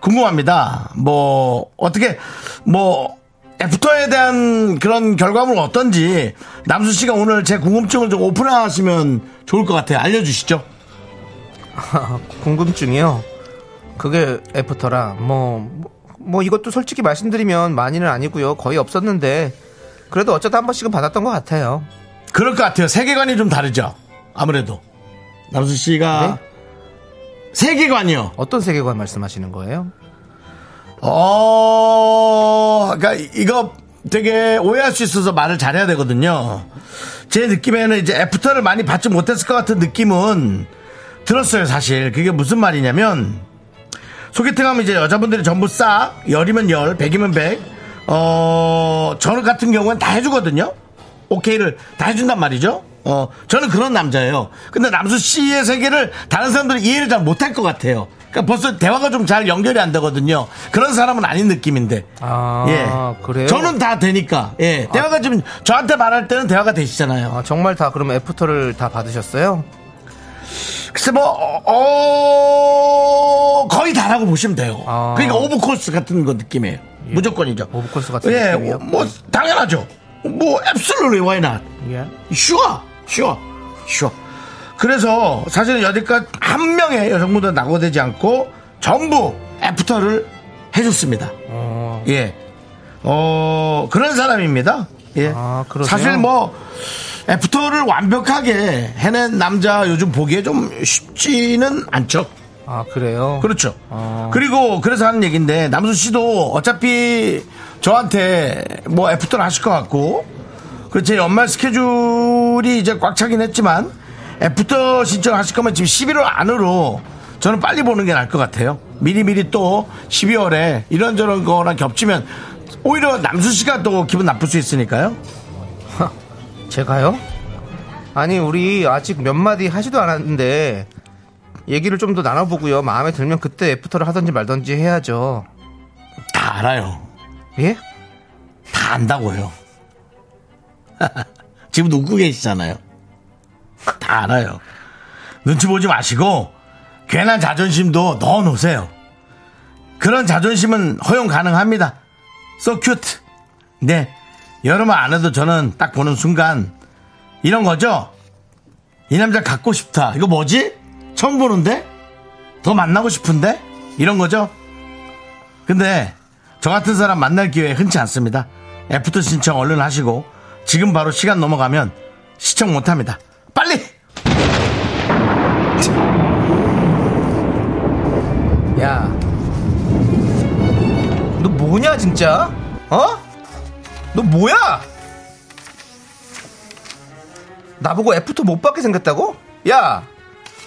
A: 궁금합니다. 뭐, 어떻게, 뭐, 애프터에 대한 그런 결과물은 어떤지 남수 씨가 오늘 제 궁금증을 좀 오픈하시면 좋을 것 같아요. 알려주시죠.
B: [laughs] 궁금증이요. 그게 애프터라 뭐 뭐 이것도 솔직히 말씀드리면 많이는 아니고요. 거의 없었는데 그래도 어쩌다 한 번씩은 받았던 것 같아요.
A: 그럴 것 같아요. 세계관이 좀 다르죠. 아무래도. 네? 남수 씨가 세계관이요.
B: 어떤 세계관 말씀하시는 거예요?
A: 어, 그러니까 이거 되게 오해할 수 있어서 말을 잘해야 되거든요. 제 느낌에는 이제 애프터를 많이 받지 못했을 것 같은 느낌은 들었어요, 사실. 그게 무슨 말이냐면 소개팅하면 이제 여자분들이 전부 싸 열이면 열, 백이면 백. 어, 저는 같은 경우엔 다 해주거든요. 오케이를 다 해준단 말이죠. 어, 저는 그런 남자예요. 근데 남수 씨의 세계를 다른 사람들은 이해를 잘 못할 것 같아요. 그러니까 벌써 대화가 좀 잘 연결이 안 되거든요. 그런 사람은 아닌 느낌인데. 예.
B: 아, 그래요?
A: 저는 다 되니까. 예. 대화가 지금 저한테 말할 때는 대화가 되시잖아요.
B: 아, 정말 다 그럼 애프터를 다 받으셨어요?
A: 글쎄 뭐 어, 어, 거의 다라고 보시면 돼요.
B: 아. 예.
A: 그러니까 오브코스 같은 거 느낌이에요. 무조건이죠.
B: 오브코스 같은
A: 예,
B: 느낌이요?
A: 뭐 당연하죠. 뭐 absolutely why not?
B: 예.
A: Sure, sure, sure. 그래서 사실은 여태까지 한 명의 여성분도 낙오되지 않고 전부 애프터를 해줬습니다.
B: 어,
A: 예. 어, 그런 사람입니다. 예.
B: 아, 그러세요?
A: 사실 뭐, 애프터를 완벽하게 해낸 남자 요즘 보기에 좀 쉽지는 않죠.
B: 아 그래요.
A: 그렇죠.
B: 아.
A: 그리고 그래서 하는 얘기인데, 남수 씨도 어차피 저한테 뭐 애프터를 하실 것 같고, 그리고 제 연말 스케줄이 이제 꽉 차긴 했지만, 애프터 신청하실 거면 지금 11월 안으로 저는 빨리 보는 게 나을 것 같아요. 미리미리 또 12월에 이런저런 거랑 겹치면 오히려 남수 씨가 또 기분 나쁠 수 있으니까요.
B: 제가요? 아니 우리 아직 몇 마디 하지도 않았는데 얘기를 좀 더 나눠보고요. 마음에 들면 그때 애프터를 하든지 말든지 해야죠.
A: 다 알아요.
B: 예?
A: 다 안다고요. [laughs] 지금 웃고 계시잖아요. 다 알아요. 눈치 보지 마시고 괜한 자존심도 넣어 놓으세요. 그런 자존심은 허용 가능합니다. So cute. 네. 여러분 안 해도 저는 딱 보는 순간 이런 거죠. 이 남자 갖고 싶다. 이거 뭐지? 처음 보는데? 더 만나고 싶은데? 이런 거죠. 근데 저 같은 사람 만날 기회 흔치 않습니다. 애프터 신청 얼른 하시고 지금 바로 시간 넘어가면 시청 못합니다. 빨리!
B: 야, 너 뭐냐 진짜? 어? 너 뭐야? 나보고 애프터 못 받게 생겼다고? 야,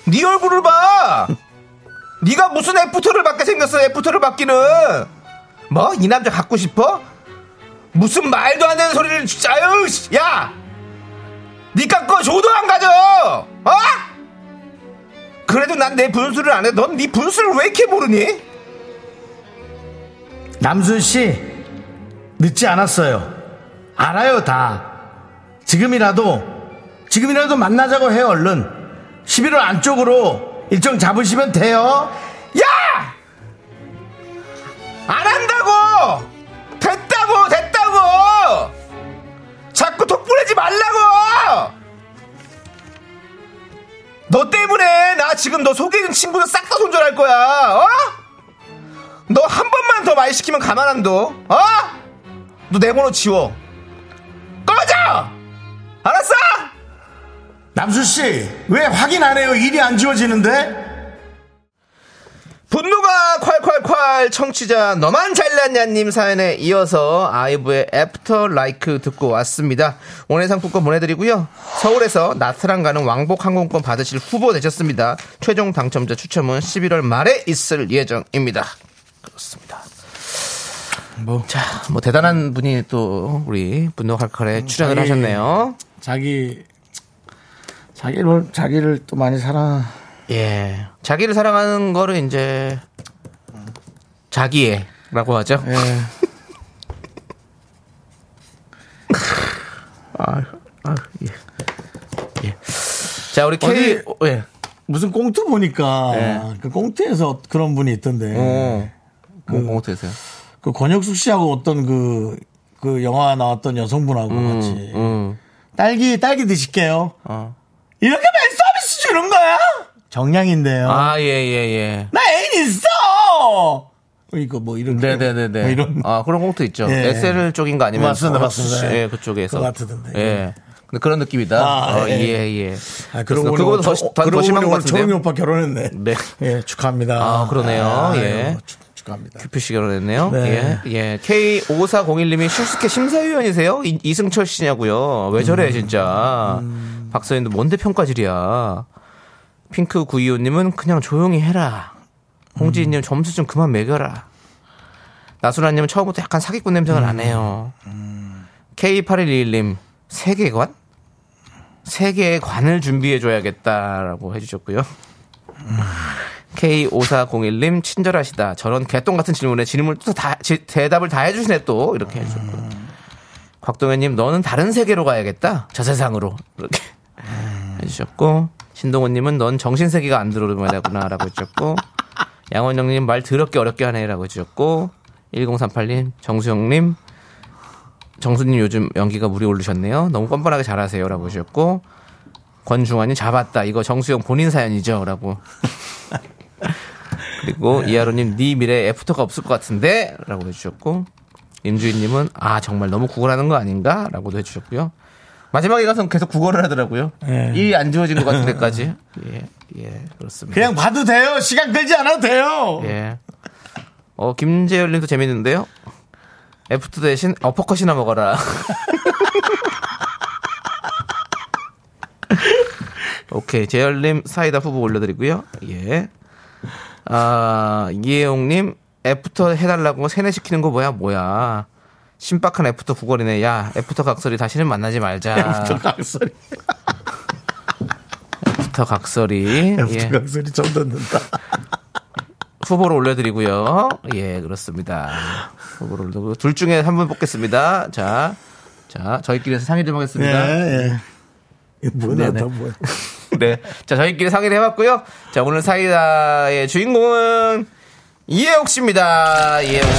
B: 네 얼굴을 봐. [laughs] 네가 무슨 애프터를 받게 생겼어? 애프터를 받기는 뭐? 이 남자 갖고 싶어? 무슨 말도 안 되는 소리를 진짜 아유, 씨, 야, 니가 거 줘도 안 가져, 어? 그래도 난 내 분수를 안 해. 넌 네 분수를 왜 이렇게 모르니?
A: 남순 씨, 늦지 않았어요. 알아요, 다. 지금이라도, 지금이라도 만나자고 해요, 얼른. 11월 안쪽으로 일정 잡으시면 돼요.
B: 야! 안 한다고! 됐다고! 됐다고! 자꾸 톡보내지 말라고! 너 때문에 나 지금 너 속이는 친구들 싹 다 손절할 거야, 어? 너 한 번만 더 말 시키면 가만 안 둬, 어? 너 내 번호 지워. 꺼져! 알았어?
A: 남수 씨, 왜 확인 안 해요? 일이 안 지워지는데?
B: 분노가 콸콸콸 청취자 너만 잘났냐님 사연에 이어서 아이브의 애프터 라이크 듣고 왔습니다. 오늘 상품권 보내드리고요. 서울에서 나트랑 가는 왕복 항공권 받으실 후보 되셨습니다. 최종 당첨자 추첨은 11월 말에 있을 예정입니다. 그렇습니다.
A: 뭐.
B: 자, 뭐 대단한 분이 또 우리 분노
A: 음,
B: 칼칼에 출연을
A: 자기-
B: 하셨네요.
A: 자기 자기를 자기를 또 많이 사랑.
B: 예. 자기를 사랑하는 거를 이제 자기애라고 하죠.
A: 예.
B: 아, 아, 예. 예. 자, 우리 K,
A: 어디-
B: 어, 예.
A: 무슨 꽁트 보니까
B: 예.
A: 그 꽁트에서 그런 분이 있던데.
B: 어. 뭐, 어떻게 되세요?
A: 그 권혁숙 씨하고 어떤 그, 그 영화 나왔던 여성분하고 같이
B: 음.
A: 딸기 딸기 드실게요.
B: 어.
A: 이렇게 맨 서비스 주는 거야? 정량인데요.
B: 아, 예, 예, 예.
A: 나 애인 있어. 이거 뭐 이런
B: 네네네네.
A: 뭐 이런
B: 아, 그런 꽁트 있죠.
A: 예.
B: SL 쪽인가 아니면.
A: 맞습니다, 맞습니다.
B: 혹시-
A: 예.
B: 예, 그쪽에서.
A: 그거 같던데.
B: 예. 근데 그런 느낌이다.
A: 아,
B: 어,
A: 예.
B: 예, 예.
A: 아,
B: 그래서
A: 그러고 보니
B: 그거보다 더,
A: 오늘
B: 시-
A: 조-
B: 더, 더
A: 그러고
B: 심한
A: 보니
B: 것
A: 오늘 조용히
B: 같은데요.
A: 오빠 결혼했네.
B: 네.
A: 예, 축하합니다.
B: 아, 그러네요. 예.
A: 축- 축하합니다.
B: 표시가 그랬네요.
A: 네.
B: 예. 예. K5401님이 슈스케 심사위원이세요? 이, 이승철 씨냐고요. 왜 저래, 진짜. 박서인도 뭔데 평가질이야. 핑크 925님은 그냥 조용히 해라. 홍지인님 점수 좀 그만 매겨라. 나순아님은 처음부터 음. 약간 사기꾼 냄새가 나네요. K8121님, 세계관? 세계의 관을 준비해줘야겠다라고 해주셨고요. K5401님 친절하시다. 저런 개똥 같은 질문에 질문을 또 다, 지- 대답을 다 해주시네 또 이렇게 해주셨고. 곽동현님 너는 다른 세계로 가야겠다. 저 세상으로 이렇게 해주셨고 신동훈님은 넌 정신 세계가 안 들어오르마다구나라고 해주셨고 양원영님 말 더럽게 어렵게 하네라고 해주셨고 1038님 정수영님 정수님 요즘 연기가 물이 오르셨네요. 너무 뻔뻔하게 잘하세요라고 해주셨고 권중환님 잡았다. 이거 정수영 본인 [laughs] 사연이죠라고 그리고 이하로님 네 미래에 애프터가 없을 것 같은데 라고 해주셨고 임주인님은 아 정말 너무 구걸하는 거 아닌가 라고도 해주셨고요 마지막에 가서 계속 구걸을 하더라고요
A: 예.
B: 이 안 지워진 것 같은 [laughs] 데까지 예, 예 그렇습니다
A: 그냥 봐도 돼요. 시간 끌지 않아도 돼요.
B: 예. 어 김재열님도 재밌는데요 애프터 대신 어퍼컷이나 먹어라 [laughs] 오케이 재열님 사이다 후보 올려드리고요 예 아, 이혜용님, 애프터 해달라고 세뇌시키는 거 뭐야, 뭐야. 신박한 애프터 구걸이네. 야, 애프터 각설이 다시는 만나지 말자.
A: 애프터
B: 애프터,
A: 각설이,
B: 각설이.
A: 애프터
B: 예.
A: 각설이 좀 듣는다.
B: 후보로 올려드리고요. 예, 그렇습니다. 후보로 올려드리고. 둘 중에 한 분 뽑겠습니다. 자, 자, 저희끼리서 상의 좀
A: 예,
B: 하겠습니다.
A: 예. 이게 뭐냐, 다 뭐야.
B: 네. 자, 저희끼리 상의를 해봤고요. 자, 오늘 사이다의 주인공은 이해옥 씨입니다. 이해옥
A: 네.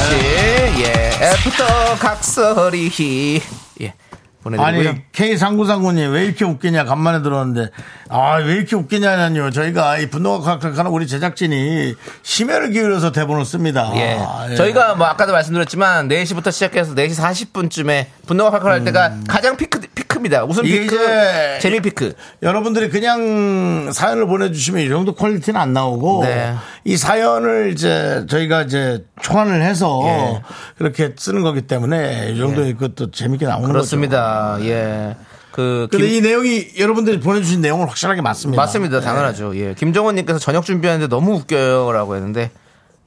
B: 씨. 예. 애프터 각설이. 예. 보내드리고요.
A: 아니 K3939님 왜 이렇게 웃기냐 간만에 들었는데 아 왜 이렇게 웃기냐는요 저희가 이 분노가 칼칼칼한 우리 제작진이 심혈을 기울여서 대본을 씁니다
B: 예.
A: 아, 예.
B: 저희가 뭐 아까도 말씀드렸지만 4시부터 시작해서 4시 40분쯤에 분노가 칼칼할 때가 가장 피크, 피크입니다. 웃음
A: 음. 이게
B: 피크,
A: 이제
B: 재미 피크.
A: 여러분들이 그냥 사연을 보내주시면 이 정도 퀄리티는 안 나오고
B: 네.
A: 이 사연을 이제 저희가 이제 초안을 해서
B: 예.
A: 그렇게 쓰는 거기 때문에 이 정도의 그것도 재밌게 나오는
B: 그렇습니다. 예. 그,
A: 거죠. 네. 근데 네. 이 내용이 여러분들이 보내주신 내용은 확실하게 맞습니다.
B: 맞습니다. 당연하죠. 예. 김정원님께서 저녁 준비하는데 너무 웃겨요라고 했는데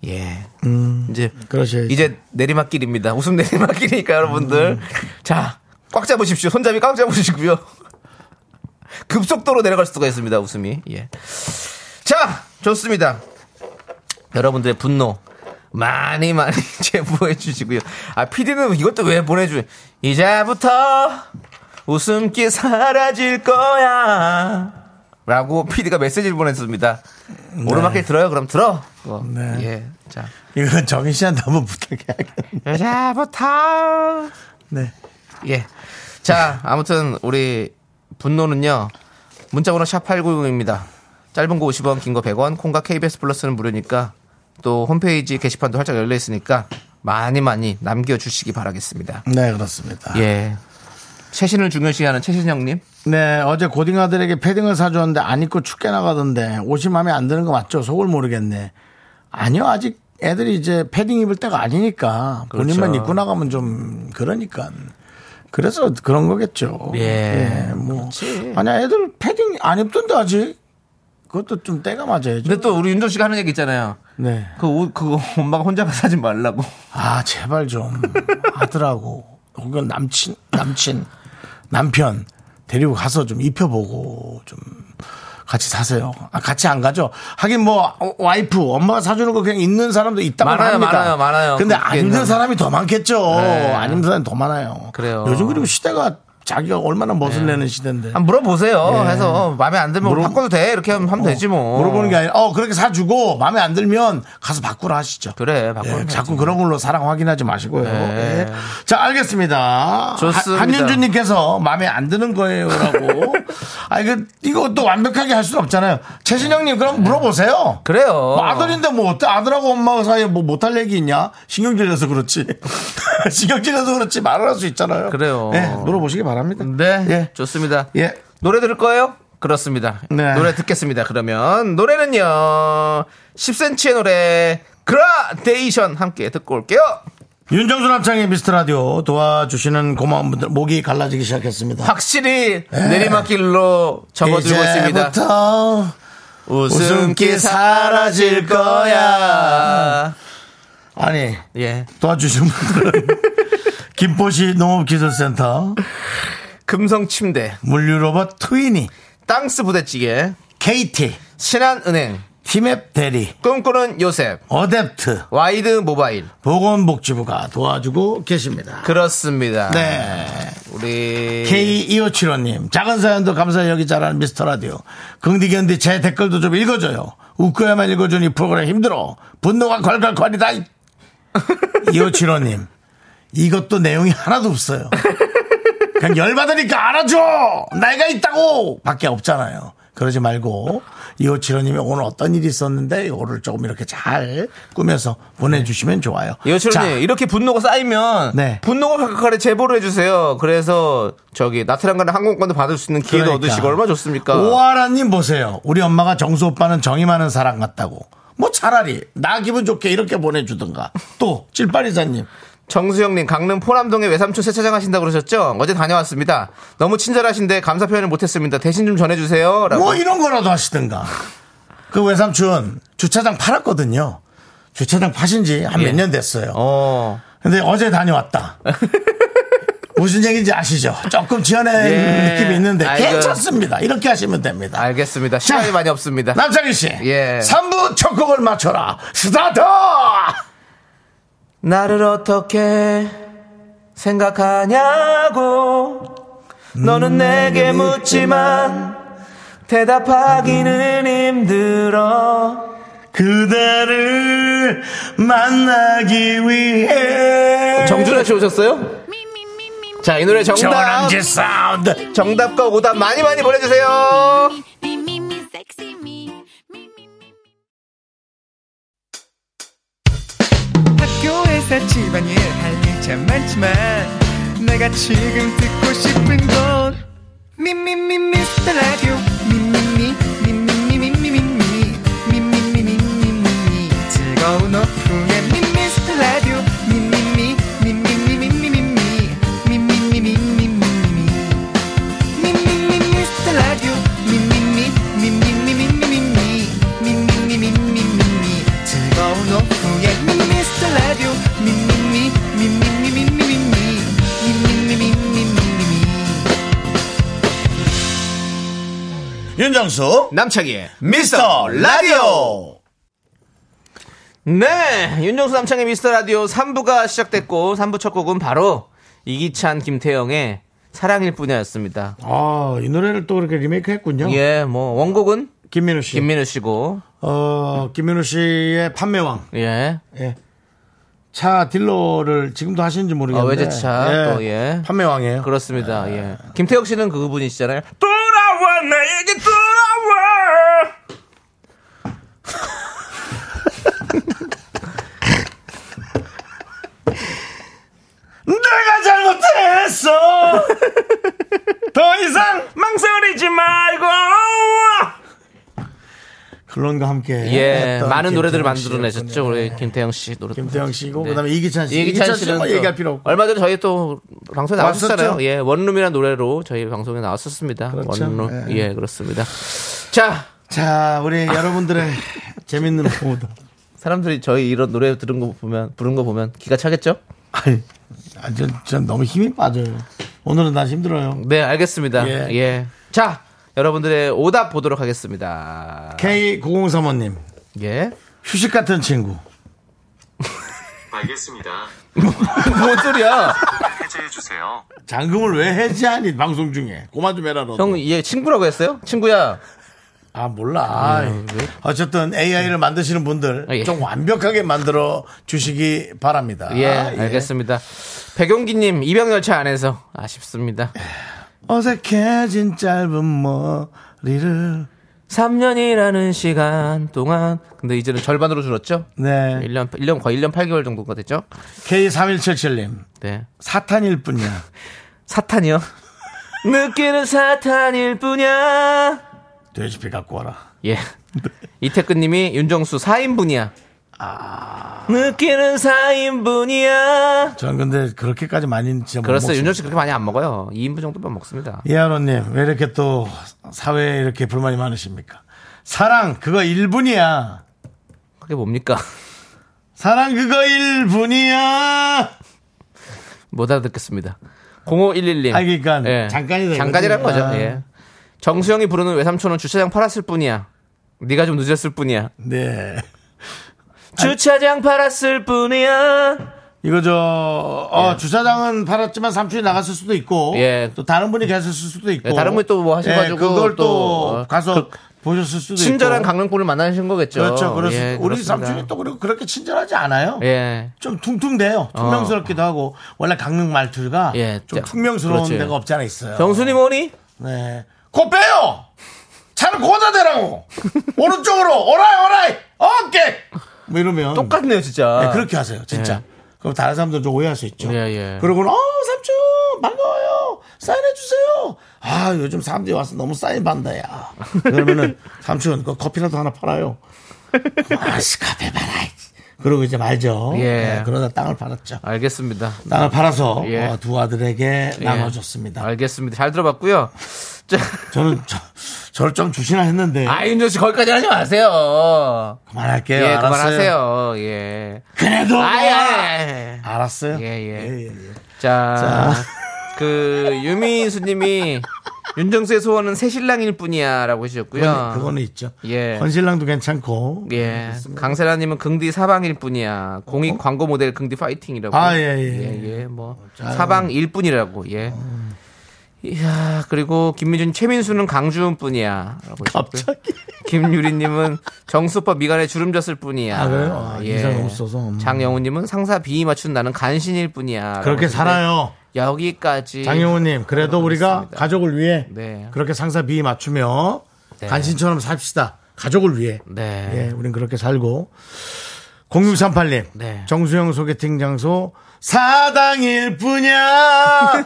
B: 예.
A: 음.
B: 이제
A: 그러셔야죠.
B: 이제 내리막길입니다. 웃음 내리막길이니까 여러분들 자 꽉 잡으십시오. 손잡이 꽉 잡으시고요. [laughs] 급속도로 내려갈 수가 있습니다. 웃음이. 예. 자 좋습니다. 여러분들의 분노 많이 많이 [laughs] 제보해 주시고요. 아 PD는 이것도 왜 보내주? 이제부터 웃음기 사라질 거야. 라고 PD가 메시지를 보냈습니다. 네. 오르막길 들어요? 그럼 들어. 어,
A: 네.
B: 예. 자.
A: 이건 정인 씨한테 한번 부탁해야겠네.
B: 이제부터.
A: 네.
B: 예. 자, 아무튼 우리 분노는요. 문자번호 샵8910입니다. 짧은 거 50원, 긴 거 100원, 콩과 KBS 플러스는 무료니까 또 홈페이지 게시판도 활짝 열려 있으니까 많이 많이 남겨 주시기 바라겠습니다.
A: 네, 그렇습니다.
B: 예. 최신을 중요시하는 최신영님.
A: 네, 어제 고딩 아들에게 패딩을 사줬는데 안 입고 춥게 나가던데 옷이 마음에 안 드는 거 맞죠? 속을 모르겠네. 아니요, 아직 애들이 이제 패딩 입을 때가 아니니까 본인만
B: 그렇죠.
A: 입고 나가면 좀 그러니까. 그래서 그런 거겠죠.
B: 예,
A: 뭐. 아니야, 애들 패딩 안 입던데 아직. 그것도 좀 때가 맞아야죠.
B: 근데 또 우리 윤종 씨가 하는 얘기 있잖아요.
A: 네.
B: 그 옷 그거 엄마가 혼자 사지 말라고.
A: 아, 제발 좀 아들하고 혹은 남친, 남친, 남편 데리고 가서 좀 입혀보고 좀 같이 사세요. 아, 같이 안 가죠? 하긴 뭐 어, 와이프, 엄마가 사주는 거 그냥 있는 사람도 있다고
B: 많아요,
A: 합니다.
B: 많아요, 많아요.
A: 근데
B: 그렇게
A: 안 입는
B: 있는
A: 사람이 더 많겠죠.
B: 네.
A: 안 입는 사람이 더 많아요.
B: 그래요. 네.
A: 요즘 그리고 시대가 자기가 얼마나 멋을 내는 시대인데.
B: 한번 물어보세요. 해서 마음에 안 들면
A: 예. 물어-
B: 바꿔도 돼. 이렇게 하면 하면 되지 뭐.
A: 물어보는 게 아니라 어 그렇게 사주고 마음에 안 들면 가서 바꾸라 하시죠.
B: 그래,
A: 예,
B: 바꾸는
A: 자꾸 그런 걸로 사랑 확인하지 마시고요.
B: 네.
A: 예. 자, 알겠습니다.
B: 좋습니다.
A: 한- 한윤주님께서 마음에 안 드는
B: [laughs]
A: 거예요라고. 아, 이거, 이거 또 완벽하게 할 수는 없잖아요. 최진영님, 그럼 물어보세요.
B: 그래요.
A: 뭐 아들인데 뭐 어때? 아들하고 엄마 사이에 뭐 못할 얘기 있냐? 신경질려서 그렇지. [laughs] 신경질려서 그렇지. 말을 할 수 있잖아요.
B: 그래요.
A: 예, 물어보시기 바랍니다.
B: 네,
A: 예.
B: 좋습니다.
A: 예.
B: 노래 들을 거예요? 그렇습니다.
A: 네.
B: 노래 듣겠습니다. 그러면 노래는요. 10cm의 노래 그라데이션 함께 듣고 올게요.
A: 윤정수 남창의 미스터 라디오 도와주시는 고마운 분들 목이 갈라지기 시작했습니다. 예.
B: 확실히 내리막길로 접어들고 있습니다.
A: 이제부터 웃음기
B: 웃음기 사라질 거야.
A: 아니
B: 예.
A: 도와주신 분들은 [laughs] 김포시 농업기술센터
B: 금성 침대,
A: 물류로봇 트위니
B: 땅스 부대찌개,
A: KT
B: 신한은행,
A: 티맵 대리
B: 꿈꾸는 요셉,
A: 어댑트
B: 와이드 모바일.
A: 보건복지부가 도와주고 계십니다.
B: 그렇습니다.
A: 네.
B: 우리
A: K2575님, 작은 사연도 감사히 여기자라는 미스터 라디오. 긍디견디 제 댓글도 좀 읽어줘요. 웃겨야만 읽어주니 프로그램 힘들어. 분노가 콸콸콸이다. 2575님, 이것도 내용이 하나도 없어요. 그냥 열받으니까 알아줘! 내가 있다고! 밖에 없잖아요. 그러지 말고, 2575님이 오늘 어떤 일이 있었는데, 이거를 조금 이렇게 잘 꾸며서 보내주시면 좋아요. 자,
B: 여철님 예, 이렇게 분노가 쌓이면
A: 네.
B: 분노가 각각하게 제보를 해주세요. 그래서 저기 나트랑 가는 항공권도 받을 수 있는 기회도
A: 그러니까.
B: 얻으시고 얼마 나 좋습니까?
A: 오하라님 보세요. 우리 엄마가 정수 오빠는 정이 많은 사람 같다고. 뭐 차라리 나 기분 좋게 이렇게 보내주든가. 또 찔빨이사님.
B: 정수영님 강릉 포남동에 외삼촌 세차장 하신다고 그러셨죠? 어제 다녀왔습니다. 너무 친절하신데 감사 표현을 못했습니다. 대신 좀 전해주세요.라고.
A: 뭐 이런 거라도 하시든가. 그 외삼촌 주차장 팔았거든요. 주차장 파신 지 한 몇
B: 예.
A: 년 됐어요.
B: 어.
A: 근데 어제
B: [laughs]
A: 다녀왔다. 무슨 얘기인지 아시죠? 조금 지연해
B: 예.
A: 느낌이 있는데
B: 아이고.
A: 괜찮습니다. 이렇게 하시면 됩니다.
B: 알겠습니다. 시간이
A: 자.
B: 많이 없습니다.
A: 남창희 씨,
B: 예.
A: 3부 첫 곡을 맞춰라. 스타트!
B: 나를 어떻게 생각하냐고
A: 음.
B: 너는 내게 묻지만 대답하기는 힘들어
A: 그대를 만나기 위해
B: 정준하 씨 오셨어요? 자 이 노래 정답
A: 조남지 사운드
B: 정답과 오답 많이 많이 보내주세요
C: Me, me, me, sexy me. Me, me, me.
E: 학교에서 집안일 할 일 참 많지만 내가 지금 듣고 싶은 건 미미미 미스터 라디오 미미미 미미미 미미미 미미미 미미미 즐거운 오후에 미스터 라디오 미미미 미미미 미미미 미미미 미미미
A: 윤정수
B: 남창희의
A: 미스터 라디오
B: 네 윤정수 남창희 미스터라디오 3부가 시작됐고 3부 첫 곡은 바로 이기찬 김태영의 사랑일 뿐이었습니다
A: 아이 노래를 또 그렇게 리메이크 했군요
B: 예 뭐 원곡은
A: 김민우 씨
B: 김민우 씨고
A: 어, 김민우 씨의 판매왕
B: 예
A: 예. 차 딜러를 지금도 하시는지 모르겠는데
B: 어, 외제차 또, 예.
A: 판매왕이에요
B: 그렇습니다. 예. 김태혁 씨는 그분이시잖아요. 돌아와 나에게 돌아와.
A: 내가 잘못해 됐어. 더 이상
B: 망설이지 말고.
A: 글론과 함께
B: 예,
A: 했던
B: 많은 노래들을
A: 김태형 씨였군요.
B: 만들어내셨죠 우리 김태형 씨 노래.
A: 김태형 씨고
B: 네.
A: 그다음에 이기찬 씨. 이기찬 씨는 뭐
B: 또
A: 얘기할 필요 없고.
B: 얼마 전에 저희 또 방송에
A: 왔었죠?
B: 나왔었잖아요. 예, 원룸이라는 노래로 저희 방송에 나왔었습니다.
A: 그렇죠.
B: 원룸.
A: 예.
B: 예, 그렇습니다. 자,
A: 자,
B: [laughs]
A: 우리 여러분들의 재밌는 보도.
B: 사람들이 저희 이런 노래 들은 거 보면 부른 거 보면 기가 차겠죠?
A: 아니, 아, 전, 전 너무 힘이 빠져요. 오늘은 난 힘들어요.
B: 네, 알겠습니다.
A: 예.
B: 예. 자, 여러분들의 오답 보도록 하겠습니다.
A: K9035님,
B: 예.
A: 휴식 같은 친구.
F: 알겠습니다.
B: 뭔 소리야?
F: 해제해주세요.
A: 잔금을 왜 해지하니, 방송 중에. 고만 좀 해라, 너.
B: [laughs] 형, 얘 친구라고 했어요? 친구야.
A: 아, 몰라. 아이. 어쨌든 AI를 만드시는 분들
B: 아, 예.
A: 좀 완벽하게 만들어 주시기 바랍니다.
B: 예,
A: 아,
B: 알겠습니다. 백용기님, 이병열차 안에서 아쉽습니다.
A: 어색해진 짧은 머리를.
B: 3년이라는 시간 동안. 근데 이제는 절반으로 줄었죠?
A: 네.
B: 1년, 1년, 거의 1년 8개월 정도가 됐죠?
A: K3177님,
B: 네.
A: 사탄일 뿐이야.
B: [laughs] 사탄이요? 느끼는 사탄일 뿐이야.
A: 돼지피 갖고 와라.
B: 예. 이태근님이 윤정수 4인분이야.
A: 아.
B: 느끼는 4인분이야.
A: 저는 근데 그렇게까지 많이 진짜 못
B: 그렇습니다.
A: 먹습니다.
B: 윤정수 그렇게 많이 안 먹어요. 2인분 정도만 먹습니다.
A: 이하로님 왜 이렇게 또 사회에 이렇게 불만이 많으십니까? 사랑 그거 1분이야.
B: 그게 뭡니까? [laughs]
A: 사랑 그거 1분이야.
B: 못 알아듣겠습니다. 0511님. 예.
A: 아, 그러니까 잠깐이다 이거지.
B: 잠깐이란 거죠.
A: 아.
B: 예. 정수영이 부르는 외삼촌은 주차장 팔았을 뿐이야. 네가 좀 늦었을 뿐이야.
A: 네.
B: 주차장 팔았을 뿐이야.
A: 이거 저 어, 주차장은 팔았지만 삼촌이 나갔을 수도 있고
B: 예.
A: 또 다른 분이 계셨을 수도 있고
B: 예, 다른 분이 또뭐 하셔가지고
A: 그걸 또,
B: 또, 어,
A: 가서 보셨을 수도
B: 친절한
A: 있고
B: 강릉군을 만나신 거겠죠.
A: 그렇죠. 그렇습
B: 예,
A: 우리
B: 그렇습니다.
A: 삼촌이 또 그리고 그렇게 친절하지 않아요?
B: 예.
A: 좀 퉁퉁대요. 퉁명스럽기도 하고 원래 강릉 말투가
B: 예,
A: 좀
B: 자,
A: 퉁명스러운
B: 그렇지.
A: 데가 없지 않아 있어요.
B: 정수님 오니?
A: 네. 코 빼요! 차를 고다 대라고! 오른쪽으로! 오라이, 오라이! 어깨! 뭐 이러면.
B: 똑같네요, 진짜.
A: 네, 그렇게 하세요, 진짜. 그럼 다른 사람들 좀 오해할 수 있죠.
B: 예, 예.
A: 그러고는, 어, 삼촌! 반가워요! 사인해주세요! 아, 요즘 사람들이 와서 너무 사인 받는다, 야. 그러면은, [laughs] 삼촌, 그 커피라도 하나 팔아요. 그 아씨, 커피 팔아. 그러고 이제 말죠.
B: 예.
A: 네, 그러다 땅을 팔았죠.
B: 알겠습니다.
A: 땅을 팔아서
B: 예.
A: 어, 두 아들에게
B: 예.
A: 나눠줬습니다.
B: 알겠습니다. 잘 들어봤고요. [laughs] 자,
A: 저는 저, 저를 좀 주시나 했는데
B: 아, 윤정 씨, 거기까지 하지 마세요.
A: 그만할게요.
B: 예,
A: 알았어요.
B: 그만하세요. 예.
A: 그래도
B: 아이,
A: 뭐야.
B: 아이, 아이.
A: 알았어요.
B: 예, 예.
A: 예, 예.
B: 자, 그 유미수님이 윤정수의 소원은 새 신랑일 뿐이야라고
A: 그건,
B: 해주셨고요.
A: 그거는 있죠.
B: 어. 예.
A: 헌신랑도 괜찮고.
B: 예, 강세라님은 긍디 사방일 뿐이야. 공익 광고 모델 긍디 파이팅이라고.
A: 어? 아, 예, 예.
B: 예, 예, 뭐 사방일 뿐이라고. 예.
A: 음.
B: 이야, 그리고 김민준, 최민수는 강주은 뿐이야. 라고 갑자기.
A: [laughs]
B: 김유리님은 정수퍼 미간에 주름 졌을 뿐이야. 예.
A: 아, 그래요? 아, 인상 없어서. 음.
B: 장영우님은 상사 비위 맞춘 나는 간신일 뿐이야.
A: 그렇게
B: 라고
A: 살아요.
B: 여기까지.
A: 장영호님, 그래도 우리가
B: 예. 그렇습니다.
A: 가족을 위해
B: 네.
A: 그렇게 상사 비위 맞추며 간신처럼 삽시다. 가족을 위해.
B: 네.
A: 예, 우린 그렇게 살고. 0638님,
B: 네.
A: 정수영 소개팅 장소 사당일 뿐이야.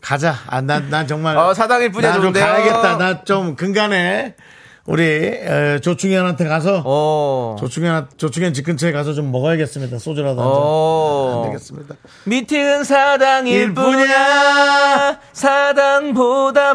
B: [laughs]
A: 가자. 아, 난, 난 정말.
B: 어, 사당일 뿐이야,
A: 나좀
B: 좋은데요?
A: 가야겠다. 나 좀 근간에 우리 에, 조충현한테 가서
B: 어.
A: 조충현 조충현 집 근처에 가서 좀 먹어야겠습니다. 소주라도 한 잔.
B: 어.
A: 안 되겠습니다.
B: 미팅은 사당일
A: 일
B: 뿐이야 사당보다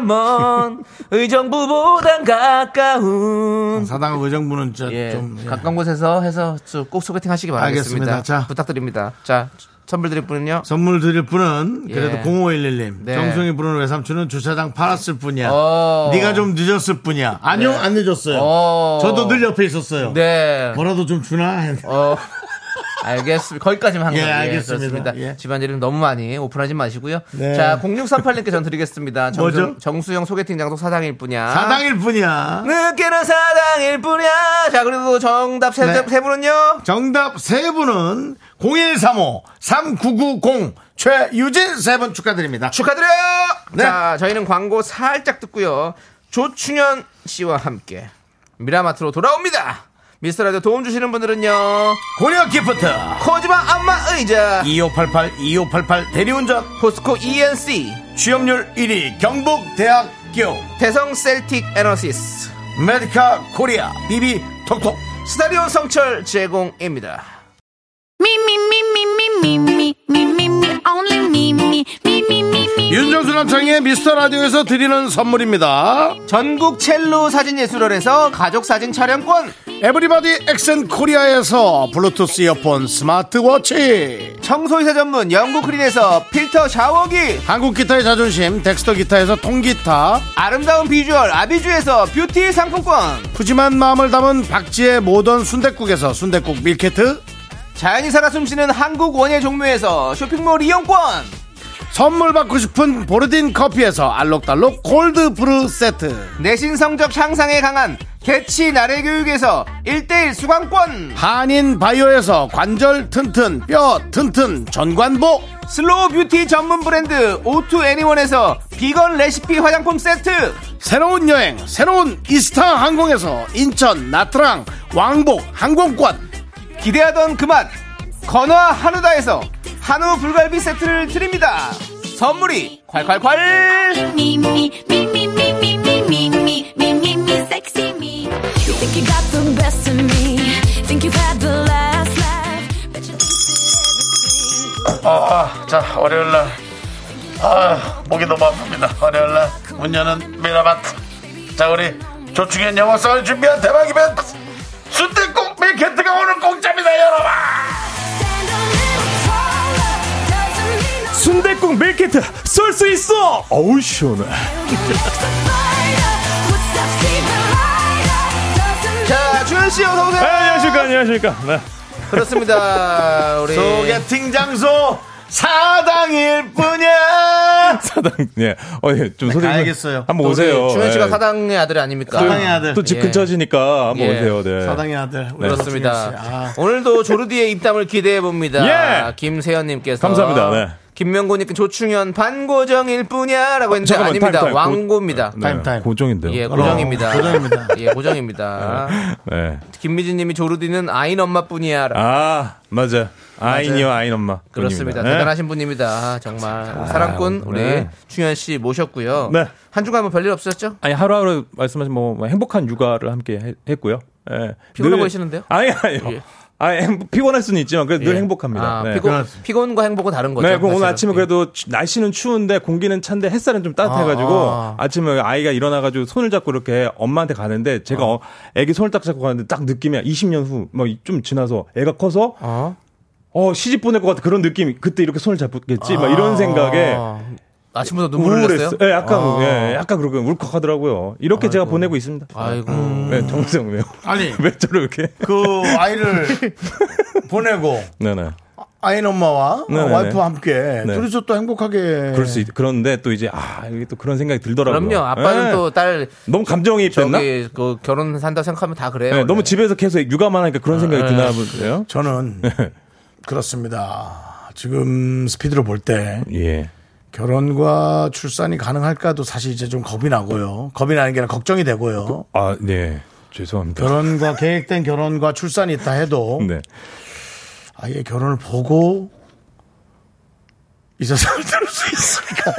A: [laughs]
B: 먼 의정부보단 가까운
A: 사당 의정부는 진짜
B: 예,
A: 좀 예.
B: 가까운 곳에서 해서 좀꼭 소개팅 하시기 바라겠습니다
A: 알겠습니다. 자.
B: 부탁드립니다 자 선물 드릴 분은요
A: 선물 드릴 분은 그래도
B: 예.
A: 0511님
B: 네.
A: 정승이 부르는 외삼촌은 주차장 팔았을 뿐이야.
B: 어. 네.
A: 네가 좀 늦었을 뿐이야. 아니요 안 늦었어요.
B: 어.
A: 저도 늘 옆에 있었어요.
B: 네
A: 뭐라도 좀 주나.
B: 어, 알겠습니다. 거기까지만 한
A: 예,
B: 거예요.
A: 알겠습니다.
B: 그렇습니다.
A: 예.
B: 집안일은 너무 많이 오픈하지 마시고요.
A: 네.
B: 자, 0638님께 전 드리겠습니다.
A: 뭐죠?
B: 정수, 정수영 소개팅 장소 사당일 뿐이야.
A: 사당일 뿐이야.
B: 늦게는 사당일 뿐이야. 자, 그리고 정답 세,
A: 네.
B: 세 분은요?
A: 정답 세 분은 0135 3990 최유진 세 분 축하드립니다.
B: 축하드려요!
A: 네.
B: 자, 저희는 광고 살짝 듣고요. 조충현 씨와 함께 미라마트로 돌아옵니다. 미스터라디오 도움 주시는 분들은요.
A: 고려 기프트
B: 코지마 안마 의자.
A: 2588 2588 대리운전
B: 포스코 E ENC.
A: 취업률 1위 경북대학교
B: 대성 셀틱 에너시스.
A: 메디카 코리아 비비톡톡
B: 스타디오 성철 제공입니다.
C: Me, me, me, me, me, me, me, me, me, me, only me, me, me, me, me, me.
A: 윤정수 남창의 미스터 라디오에서 드리는 선물입니다.
B: 전국 첼로 사진예술원에서 가족사진 촬영권.
A: 에브리바디 엑센 코리아에서 블루투스 이어폰 스마트워치
B: 청소이사 전문 영국 크린에서 필터 샤워기.
A: 한국 기타의 자존심 덱스터 기타에서 통기타
B: 아름다운 비주얼 아비주에서 뷰티 상품권.
A: 푸짐한 마음을 담은 박지의 모던 순댓국에서 순댓국 밀키트
B: 자연이 살아 숨쉬는 한국 원예 종묘에서 쇼핑몰 이용권.
A: 선물 받고 싶은 보르딘 커피에서 알록달록 골드 브루 세트
B: 내신 성적 향상에 강한 개치 나래 교육에서 1대1 수강권
A: 한인 바이오에서 관절 튼튼 뼈 튼튼 전관보
B: 슬로우 뷰티 전문 브랜드 오투 애니원에서 비건 레시피 화장품 세트
A: 새로운 여행 새로운 이스타 항공에서 인천 나트랑 왕복 항공권
B: 기대하던 그맛 건화 한우다에서 한우 불갈비 세트를 드립니다 선물이 콸콸콸
C: Me, me, me, me, me, me, me, me, me, me, me, me, sexy me. You think you got the best of me. Think you've had the last laugh. Bet you wasted everything.
A: 아, 자 월요일날 아 목이 너무 아픕니다 월요일날 문 여는 미라마트 자 우리 조충현 영화 상을 준비한 대박 이벤트 순대국 밀키트가 오늘 공짜입니다 여러분
C: Stand a little taller. Doesn't mean I'm
F: 순대국 밀키트 쏠 수 있어 어우 시원해
C: a fighter. Footsteps even lighter. Doesn't mean
B: 자 주현씨
G: 아,
B: 어서오세요
G: 네.
F: 안녕하십니까 안녕하십니까 네.
B: 그렇습니다 우리
A: 소개팅 장소 사당일 뿐이야
F: 사당
G: 네.
F: [laughs] 예. 어, 예. 좀 소리 좀-
A: 가야겠어요.
F: 한번
B: 또 우리
F: 오세요
B: 주현씨가
F: 예.
B: 사당의 아들 아닙니까
A: 사당의 아들
F: 또 집
B: 예.
F: 근처시니까 한번
B: 예.
F: 오세요 네.
A: 사당의 아들 우리
B: 그렇습니다.
A: 조충현 씨. 아,
B: 오늘도 조르디의 입담을 기대해 봅니다.
F: 예!
B: 김세현님께서
F: 감사합니다. 네.
B: 김명곤님 조충현 반고정일 뿐이야라고 했는데
F: 잠깐만,
B: 아닙니다.
F: 타임, 타임.
B: 왕고입니다.
F: 네.
A: 타임, 타임.
F: 고정인데요
B: 예, 고정입니다.
A: 고정입니다.
B: 예, 고정입니다.
F: 네.
B: 김미진님이 조르디는 아인 엄마뿐이야라고.
F: 아 맞아 아인이요 아인 엄마
B: 그렇습니다.
F: 네. 아,
B: 대단하신 분입니다. 아, 정말 사랑꾼 우리
F: 네.
B: 충현 씨 모셨고요.
F: 네.
B: 한 주간 뭐 별일 없었죠?
F: 아니 하루하루 말씀하신 뭐뭐 행복한 육아를 함께 해- 했고요. 예.
B: 피곤해
F: 늘-
B: 보이시는데요?
F: 아니 아니요.
B: 예.
F: 아니, 행- 피곤할 수는 있지만 그래도 늘
B: 예.
F: 행복합니다.
B: 아,
F: 네.
B: 피곤, 그렇죠.
A: 그렇습니다.
B: 피곤과 행복은 다른 거죠. 예.
F: 네, 그럼 오늘
B: 사실은.
F: 아침에 그래도 추- 날씨는 추운데 공기는 찬데 햇살은 좀 따뜻해가지고
B: 아,
F: 아, 침에 아이가 일어나가지고 손을 잡고 이렇게 엄마한테 가는데
B: 아.
F: 제가 어, 애기 손을 딱 잡고 가는데 딱 느낌이 20년 후 막 좀 지나서 애가 커서
B: 어?
F: 어 시집 보낼 것 같은 그런 느낌 그때 이렇게 손을 잡겠지 막 이런 생각에
B: 아, 아침부터 눈물 흘렸어요?
F: 우울했어요. 예, 약간
B: 아.
F: 예, 약간 그렇게 울컥하더라고요. 이렇게 제가 보내고 있습니다.
B: 어. 아이고.
F: 네, 정수영 왜요?
A: 아니
F: [laughs] 왜 저를 이렇게?
A: 그 [laughs] 아이를 보내고
F: 네네.
A: 아이 엄마와
F: 네, 네, 네.
A: 와이프와 함께
F: 네.
A: 둘이서 또 행복하게
F: 그럴 수 있, 그런데 또 이제, 아, 이게 또 그런 생각이 들더라고요.
B: 그럼요. 아빠는
F: 예.
B: 또 딸
F: 너무 감정이입됐나?
B: 저기 그 결혼 한다 생각하면 다 그래요.
F: 네, 너무
B: 네.
F: 집에서 계속 육아만 하니까 그런 생각이 드나 보네요.
A: 저는 그렇습니다. 지금 스피드로 볼 때
F: 예.
A: 결혼과 출산이 가능할까도 사실 이제 좀 겁이 나고요. 겁이 나는 게 아니라 걱정이 되고요.
F: 아, 네. 죄송합니다.
A: 결혼과 계획된 결혼과 출산이 있다 해도
F: [laughs] 네.
A: 아예 결혼을 보고 이 세상을 [laughs] 들을 수 있을까?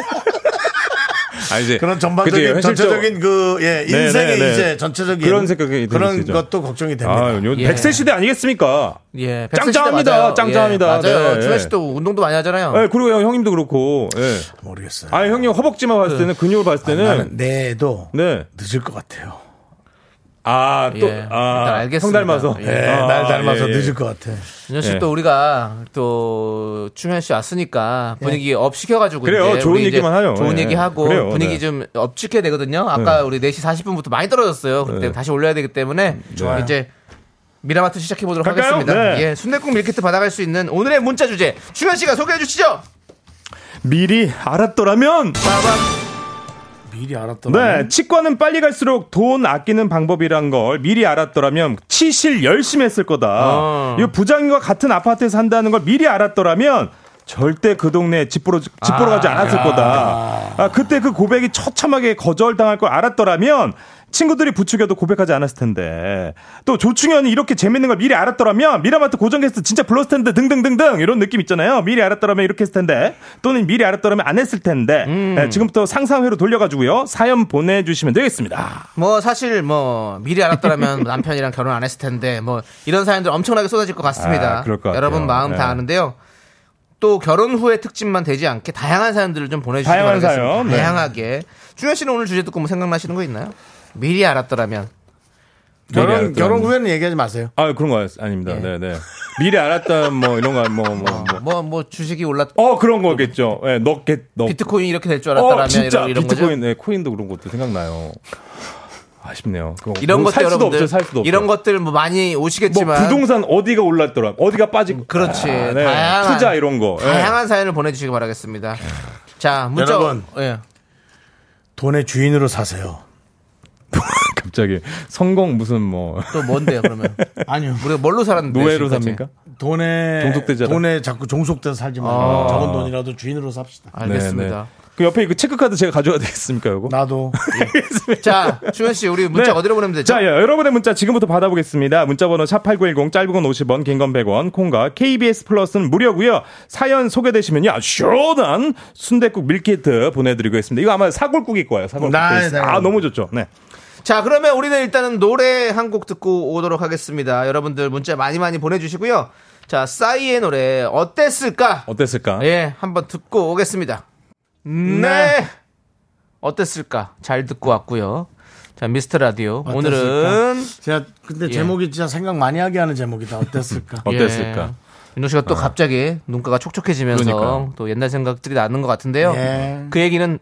F: 아, 이제.
A: 그런
F: 그치,
A: 전반적인
F: 현실적-
A: 전체적인 그 예,
F: 네,
A: 인생의
F: 네, 네.
A: 이제 전체적인
F: 그런 생각이
A: 그런
F: 들으시죠.
A: 것도 걱정이 됩니다.
F: 아, 요
B: 예.
F: 100세 시대 아니겠습니까?
B: 예, 백세 시대
F: 짱짱합니다.
B: 맞아요.
F: 짱짱합니다.
B: 예, 맞아요.
F: 네,
B: 주현
F: 예.
B: 씨도 운동도 많이 하잖아요.
F: 예, 그리고 형, 님도 그렇고, 예.
A: 모르겠어요.
F: 아, 형님 허벅지만 봤을 때는, 근육을 봤을 때는,
A: 나는 내도
F: 네.
A: 늦을 것 같아요.
F: 아, 또,
B: 예, 일단
F: 아,
B: 알겠습니다.
F: 형 닮아서.
B: 예.
A: 예,
F: 아,
A: 날 닮아서
F: 예, 예.
A: 늦을 것 같아.
B: 준현 씨
F: 예.
B: 또 우리가 또 충현 씨 왔으니까 분위기 업 시켜가지고
F: 예. 그래요.
B: 이제
F: 좋은
B: 우리 이제
F: 얘기만 하죠.
B: 좋은
F: 예.
B: 얘기하고
F: 그래요.
B: 분위기
F: 네.
B: 좀 업지켜야 되거든요. 아까 우리 4시 40분부터 많이 떨어졌어요. 그때
F: 네.
B: 다시 올려야 되기 때문에 이제 미라마트 시작해 보도록
F: 갈까요?
B: 하겠습니다.
F: 네.
B: 예, 순대국 밀키트 받아갈 수 있는 오늘의 문자 주제 충현 씨가 소개해 주시죠.
F: 미리 알았더라면
A: 미리 알았더라면
F: 네 치과는 빨리 갈수록 돈 아끼는 방법이란 걸 미리 알았더라면 치실 열심히 했을 거다
B: 아.
F: 이 부장님과 같은 아파트에 산다는 걸 미리 알았더라면 절대 그 동네에 집 보러, 집 아, 보러 가지 않았을 거다 아, 그때 그 고백이 처참하게 거절당할 걸 알았더라면 친구들이 부추겨도 고백하지 않았을 텐데 또 조충현이 이렇게 재밌는 걸 미리 알았더라면 미라마트 고정 게스트 진짜 불렀을 텐데 등등등등 이런 느낌 있잖아요 미리 알았더라면 이렇게 했을 텐데 또는 미리 알았더라면 안 했을 텐데
B: 음.
F: 네, 지금부터 상상회로 돌려가지고요 사연 보내주시면 되겠습니다
B: 뭐 사실 뭐 미리 알았더라면
F: [laughs]
B: 남편이랑 결혼 안 했을 텐데 뭐 이런 사연들 엄청나게 쏟아질 것 같습니다.
F: 아, 그럴 것 같아요.
B: 여러분 마음
F: 네.
B: 다 아는데요. 또 결혼 후에 특집만 되지 않게 다양한 사연들을 좀 보내주시기
F: 다양한
B: 바라겠습니다.
F: 사연, 네.
B: 다양하게. 준현 씨는 오늘 주제 듣고 뭐 생각나시는 거 있나요? 미리 알았더라면.
F: 미리
A: 결혼
F: 알았더라면.
A: 결혼 후에는 얘기하지 마세요.
F: 아 그런 거 아닙니다
B: 예.
F: 네네 미리 알았던 뭐 이런 거뭐뭐어 어,
B: 뭐 뭐 주식이 올랐
F: 그런 거겠죠 예 넣겠 넣
B: 비트코인이 이렇게 될 줄 알았더라면
F: 어, 진짜
B: 이런, 이런 거죠.
F: 비트코인 네, 코인도 그런 것도 생각나요. 아쉽네요. 그거
B: 이런
F: 뭐살
B: 것들
F: 수도
B: 여러분들
F: 없죠. 살 수도 없죠.
B: 이런 것들 뭐 많이
F: 뭐
B: 오시겠지만
F: 부동산 어디가 올랐더라, 어디가 빠진
B: 그렇지.
F: 아, 네.
B: 다양한-
F: 투자 이런 거. 예.
B: 다양한 사연을 보내주시기 바라겠습니다. 자 문자
A: 여러분.
B: 예.
A: 돈의 주인으로 사세요.
F: 갑자기 성공
B: [laughs]
F: 무슨 뭐
B: 또 뭔데요 그러면?
A: [laughs] 아니요.
B: 우리가 뭘로 살았는데?
F: 노예로
B: 네, 지금까지?
F: 삽니까?
A: 돈에
F: 종속되잖아. 아.
A: 돈에 자꾸 종속돼서 살지 말고 적은 돈이라도 주인으로 삽시다.
B: 알겠습니다.
F: 네, 네. 그 옆에 이거 체크카드 제가 가져와야 되겠습니까, 이거? [laughs]
A: 나도
B: 자, 주현 씨, 우리 문자
F: 네.
B: 어디로 보내면 되죠?
F: 자, 예, 여러분의 문자 지금부터 받아보겠습니다. 문자번호 샵8910 짧은 건 50원, 긴 건 100원, 콩과 KBS 플러스는 무료고요 사연 소개되시면요. 시원한 순대국 밀키트 보내드리고 있습니다. 이거 아마 사골국일 거예요. 사골국.
A: 네,
F: 베이스.
A: 네.
F: 아, 너무 좋죠. 네.
B: 자, 그러면 우리는 일단은 노래 한 곡 듣고 오도록 하겠습니다. 여러분들 문자 많이 많이 보내주시고요. 자, 싸이의 노래 어땠을까?
F: 어땠을까?
B: 예, 한번 듣고 오겠습니다. 네. 어땠을까? 잘 듣고 왔고요. 자, 미스터 라디오. 오늘은
A: 제가 근데 제목이 진짜 생각 많이 하게 하는 제목이다. 어땠을까?
F: 예. 어땠을까?
B: 예. 윤호 씨가 또 갑자기 눈가가 촉촉해지면서
F: 그러니까요.
B: 또 옛날 생각들이 나는 것 같은데요.
A: 예.
B: 그 얘기는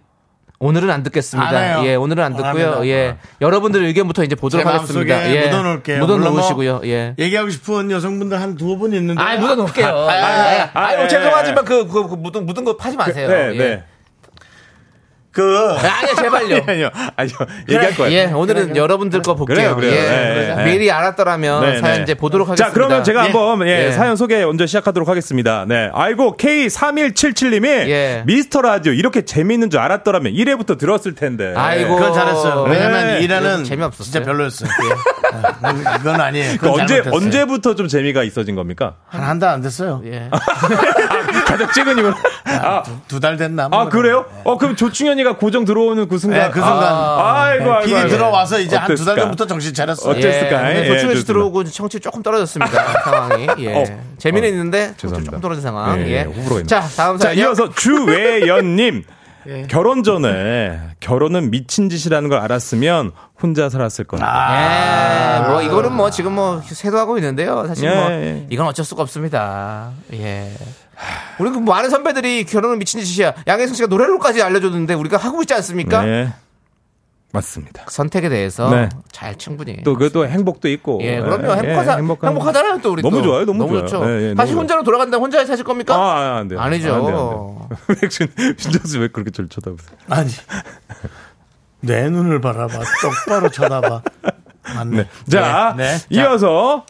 B: 오늘은 안 듣겠습니다.
A: 안 해요.
B: 예, 오늘은 안
A: 안
B: 듣고요.
A: 합니다.
B: 예. 여러분들 의견부터 이제
A: 제
B: 보도록
A: 마음속에
B: 하겠습니다. 예.
A: 묻어놓을게요. 물론 뭐
B: 묻어놓으시고요. 예.
A: 얘기하고 싶은 여성분들 한 두어 분 있는데.
B: 아, 묻어놓을게요. 아, 아, 아,
F: 아, 예,
B: 죄송하지만 그, 그, 그 묻은, 묻은 거 파지 마세요.
F: 네,
B: 예.
F: 네.
A: 그
B: 아, 아니요, 제발요.
F: [laughs] 아니요, 아니요. 얘기할 거예요.
B: 예, 오늘은 여러분들 거 볼게요.
F: 그래요, 그래요.
B: 예.
F: 예, 예.
B: 미리 알았더라면
F: 네,
B: 사연
F: 네.
B: 이제 보도록 하겠습니다.
F: 자, 그러면 제가
B: 예.
F: 한번 예,
B: 예.
F: 사연 소개 먼저 시작하도록 하겠습니다. 네. 아이고 K3177님이
B: 예.
F: 미스터 라디오 이렇게 재미있는 줄 알았더라면 1회부터 들었을 텐데.
B: 아이고.
A: 그건 잘했어요. 왜냐면
F: 네. 예.
A: 일하는
B: 재미없었어요.
A: 진짜 별로였어요. 네. 이건 아니에요.
F: 그
A: 그건
F: 언제
A: 잘못했어요.
F: 언제부터 좀 재미가 있어진 겁니까? 아,
A: 한한달 안 됐어요.
B: 예.
F: 가족 찍은이면 아,
A: 두 달 됐나? 뭐
F: 아 그래요? 어 그럼 조충현이가 고정 들어오는 그 순간
A: 네, 그 순간.
F: 아, 아이고 아이고.
A: 길이
F: 아이고.
A: 들어와서 이제 한 두 달
F: 어땠을까?
A: 전부터 정신 차렸어요.
F: 어째- 어땠을까?
B: 예,
F: 예,
B: 조충현 씨
F: 좋습니다.
B: 들어오고 청취 조금
F: [laughs]
B: 떨어졌습니다. 상황이. 예.
F: 어,
B: 재미는
F: 어,
B: 있는데 청취
F: 죄송합니다.
B: 조금 떨어진 상황.
F: 예,
B: 예.
F: 예, 호불호 있네.
B: 자, 예. 다음
F: 자,
B: 사연.
F: 이어서
B: [laughs]
F: 주외연님. 결혼 전에 결혼은 미친 짓이라는 걸 알았으면 혼자 살았을
B: 아,
F: 거다.
B: 예, 뭐 이거는 뭐 지금 뭐 세도하고 있는데요. 사실
F: 아. 예,
B: 뭐
F: 예.
B: 이건 어쩔 수가 없습니다. 예. 우리 그 많은 선배들이 결혼은 미친 짓이야. 양혜승 씨가 노래로까지 알려줬는데 우리가 하고 있지 않습니까?
F: 네. 맞습니다.
B: 선택에 대해서
F: 네.
B: 잘 충분히.
F: 또 그것도 행복도 있고.
B: 예, 그럼요. 행복하다,
F: 행복한-
B: 행복하다라요 또 우리
F: 너무
B: 또.
F: 좋아요, 너무 좋아요.
B: 좋죠.
F: 예, 예,
B: 다시
F: 너무
B: 혼자로 돌아간다 혼자 사실 겁니까?
F: 아, 아, 안 돼요.
B: 아니죠.
F: 안 돼요, 안 돼요. [laughs] 왜, 신정수 왜 그렇게 저를 쳐다보세요?
A: 아니. 내 눈을 바라봐. 똑바로 쳐다봐. 맞네.
F: 자,
A: 네. 네.
F: 이어서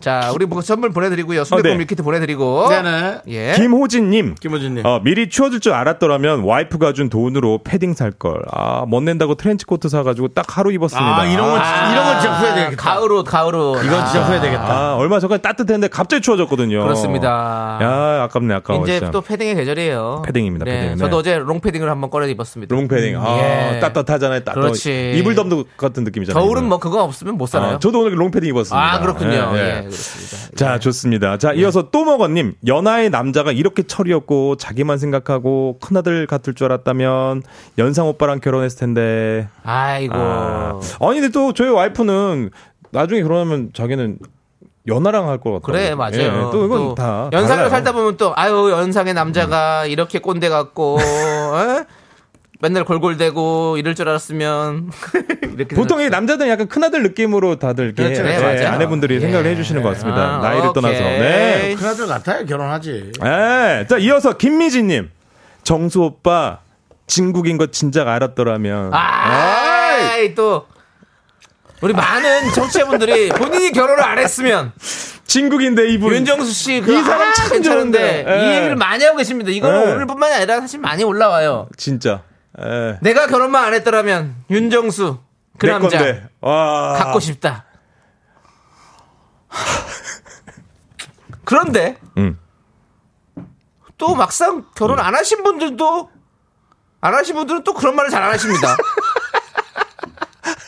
B: 자, 우리 뭐 선물 보내드리고요. 순대국
F: 네.
B: 밀키트 보내드리고.
A: 네네.
B: 예.
F: 김호진님.
A: 김호진님.
F: 어, 미리 추워질 줄 알았더라면 와이프가 준 돈으로 패딩 살 걸. 아, 못 낸다고 트렌치코트 사가지고 딱 하루 입었습니다.
A: 아, 이런 건,
B: 아,
A: 이런 건 진짜 후회되겠다.
B: 가을 옷, 가을 옷.
A: 이건 진짜
B: 아,
A: 후회되겠다.
F: 아, 얼마 전까지 따뜻했는데 갑자기 추워졌거든요.
B: 그렇습니다.
F: 어. 야, 아깝네, 아까워.
B: 이제
F: 진짜.
B: 또 패딩의 계절이에요.
F: 패딩입니다,
B: 네,
F: 패딩.
B: 저도
F: 네.
B: 어제 롱 패딩을 한번 꺼내 입었습니다.
F: 롱패딩. 아,
B: 예.
F: 따뜻하잖아요, 따뜻.
B: 그렇지.
F: 이불 덤도 같은 느낌이잖아요.
B: 겨울은
F: 이거.
B: 뭐 그거 없으면 못 살아요.
F: 아, 저도 오늘 롱패딩 입었습니다.
B: 아, 그렇군요. 예,
F: 예, 예.
B: 그렇습니다.
F: 자, 좋습니다. 자, 이어서 또먹어님. 연하의 남자가 이렇게 철이었고, 자기만 생각하고, 큰아들 같을 줄 알았다면, 연상 오빠랑 결혼했을 텐데.
B: 아이고.
F: 아. 아니, 근데 또 저희 와이프는 나중에 결혼하면 자기는 연하랑 할 것 같아요.
B: 그래 맞아요.
F: 네, 또 이건 다.
B: 연상을
F: 달라요.
B: 살다 보면 또 아유 연상의 남자가 이렇게 꼰대
F: [laughs]
B: 같고 에? 맨날 골골대고 이럴 줄 알았으면 [laughs] 이렇게
F: 그렇죠. 보통 이 남자들은 약간 큰아들 느낌으로 다들 이렇게
A: 그렇죠.
F: 예,
A: 네,
B: 맞아요.
F: 아내분들이
B: 예.
F: 생각을 해주시는 것 [laughs] 같습니다.
B: 아,
F: 나이를
B: 오케이.
F: 떠나서. 네.
A: 큰아들 같아야 결혼하지.
F: 예. 자, 이어서 김미진님. 정수 오빠, 진국인 거 진작 알았더라면.
B: 아이 또 우리 많은 정치자분들이 본인이 결혼을 안 했으면
F: 진국인데 이분.
B: 윤정수 씨그
F: 음.
B: 아,
F: 이 사람 참
B: 괜찮은데
F: 좋은데.
B: 이
F: 예.
B: 얘기를 많이 하고 계십니다. 이거는
F: 예.
B: 오늘뿐만이 아니라 사실 많이 올라와요.
F: 진짜. 예.
B: 내가 결혼만 안 했더라면 윤정수 그
F: 내
B: 남자
F: 건데. 와.
B: 갖고 싶다. 그런데
F: 음.
B: 또 막상 결혼 안 하신 분들도 안 하신 분들은 또 그런 말을 잘 안 하십니다.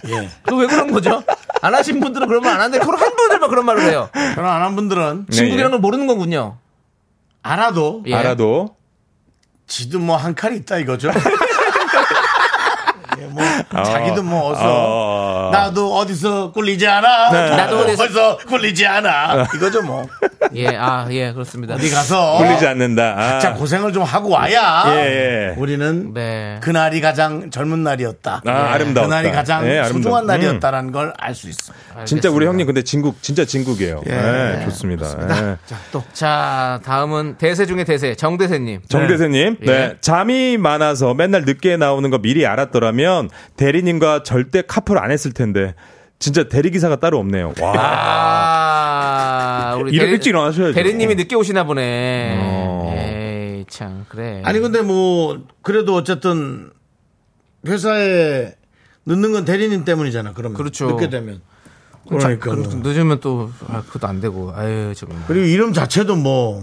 A: 예.
B: 그 왜 그런 거죠? 안 하신 분들은 그런 말 안 하는데 결혼 한 분들만 그런 말을 해요.
F: 예.
A: 결혼 안 한 분들은
F: 네,
B: 중국이라는 걸 모르는 거군요.
A: 알아도
B: 예.
F: 알아도
A: 지도 뭐 한 칼이 있다
F: [laughs]
A: 이거죠. 예, 뭐 자기도 뭐 어서
F: 어. 네.
A: 나도 어디서 꿀리지 않아.
B: 나도
A: 나도
B: 어디서-
A: 어디서, 꿀리지 않아. 이거죠 뭐.
B: 예, 아, 예, 그렇습니다.
A: 어디 가서
F: 굴리지 않는다. 아.
A: 자 고생을 좀 하고 와야
F: 예, 예.
A: 우리는
B: 네.
A: 그날이 가장 젊은 날이었다.
F: 아, 아름다웠다.
A: 그날이 가장
F: 예, 아름다웠다.
A: 소중한
F: 음. 예.
A: 날이었다라는 걸 알 수 있어.
F: 진짜 우리 형님 근데 진국 진짜 진국이에요. 예, 좋습니다. 예.
B: 자, 다음은 대세 중에 대세, 정대세님.
F: 정대세님, 네.
B: 예.
F: 잠이 많아서 맨날 늦게 나오는 거 미리 알았더라면 대리님과 절대 카풀 안 했을 텐데 진짜 대리 기사가 따로 없네요.
B: [laughs]
F: 와,
B: 아, 우리
F: 일- 일찍 일어나셔야죠.
B: 대리님이 늦게 오시나 보네.
F: 어.
B: 에이, 참, 그래.
A: 아니 근데 뭐 그래도 어쨌든 회사에 늦는 건 대리님 때문이잖아. 그러면
B: 그렇죠.
A: 늦게 되면
B: 참,
A: 그러니까
B: 그럼 좀 늦으면 또, 아, 그것도 안 되고, 아유, 좀.
F: 어,
A: 그리고 이름 자체도 뭐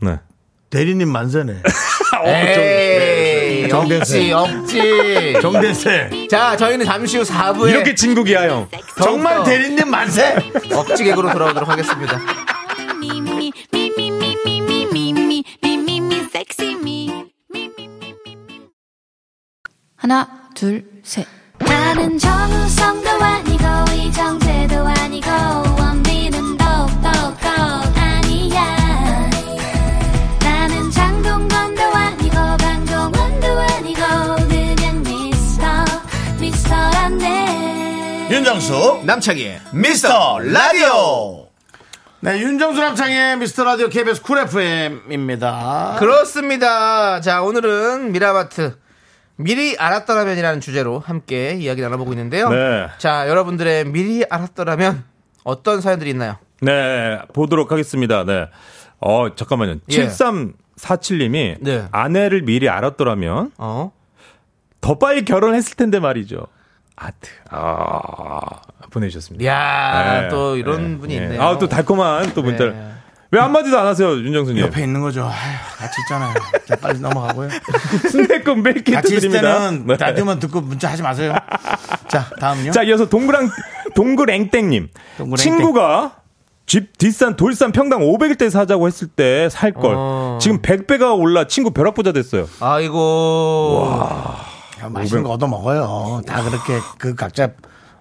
F: 네.
A: 대리님 만세네.
F: 네,
B: 에이,
A: 정대세.
B: 억지, 억지.
A: 정대세.
B: 자, 저희는 잠시 후 4부에
F: 이렇게 진국이야 형.
A: 정말
B: 더욱더
A: 대리님 만세.
B: 억지 개그로 돌아오도록 하겠습니다.
C: Me, me, me, me, me, me, me, me, me, me, me, me, sexy me. Me, me, me, me, me.
H: 하나, 둘, 셋.
C: 나는 정우성도 아니고 이정재도 아니고 원빈은 더욱더 아니야 나는 장동건도 아니고 강동원도 아니고 그냥 미스터 미스터란데
A: 윤정수
B: 남창희의
A: 미스터 라디오. 네, 윤정수 남창의 미스터 라디오 KBS 쿨 FM입니다.
B: 그렇습니다. 자, 오늘은 미라마트. 미리 알았더라면이라는 주제로 함께 이야기 나눠보고 있는데요.
F: 네.
B: 자, 여러분들의 미리 알았더라면 어떤 사연들이 있나요?
F: 네, 보도록 하겠습니다. 네. 어, 잠깐만요.
B: 예.
F: 7347님이
B: 네.
F: 아내를 미리 알았더라면
B: 어?
F: 더 빨리 결혼했을 텐데 말이죠. 아트. 아, 보내주셨습니다.
B: 이야,
F: 네.
B: 또 이런
F: 네.
B: 분이
F: 네.
B: 있네요.
F: 아, 또 달콤한 또 문자를.
B: 네.
F: 왜 한마디도 안 하세요, 윤정수님?
A: 옆에 있는 거죠. 아휴, 같이 있잖아요. 자, 빨리 넘어가고요.
F: 순대국 밀키트
A: 같이 있을
F: 드립니다.
A: 때는
F: 네.
A: 라디오만 듣고 문자 하지 마세요. 자, 다음요.
F: 자, 이어서 동그랑, 동그랭땡님.
A: 동그랭땡.
F: 친구가 집 뒷산 돌산 평당 500일대 사자고 했을 때 살 걸.
B: 어.
F: 지금 100배가 올라 친구 벼락부자 됐어요.
A: 그렇죠.
B: 아이고.
A: 야, 맛있는 거 얻어 먹어요. 다 그렇게 그 각자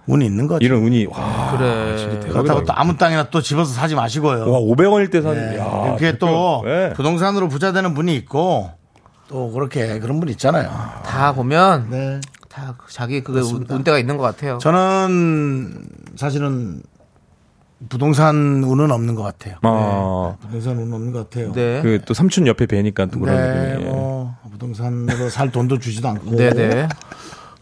A: 운이 있는 거죠.
F: 이런 운이, 와.
B: 그래.
A: 네. 그렇다고 또 아무 땅이나 또 집어서 사지 마시고요.
F: 와, 500원일 때 사는.
A: 네,
F: 야,
A: 이렇게 또 그-
F: 네.
A: 부동산으로 부자 되는 분이 있고 또 그렇게 그런 분 있잖아요.
B: 다 보면
A: 네.
B: 다 자기 그게 운- 운대가 있는 것 같아요.
A: 저는 사실은 부동산 운은 없는 것 같아요.
F: 어,
A: 부동산 운은 없는 것 같아요.
B: 네.
F: 그 또 삼촌 옆에 뵈니까 또 그런
A: 네,
F: 느낌이.
A: 뭐 부동산으로 살 돈도 주지도 않고.
B: 네, 네.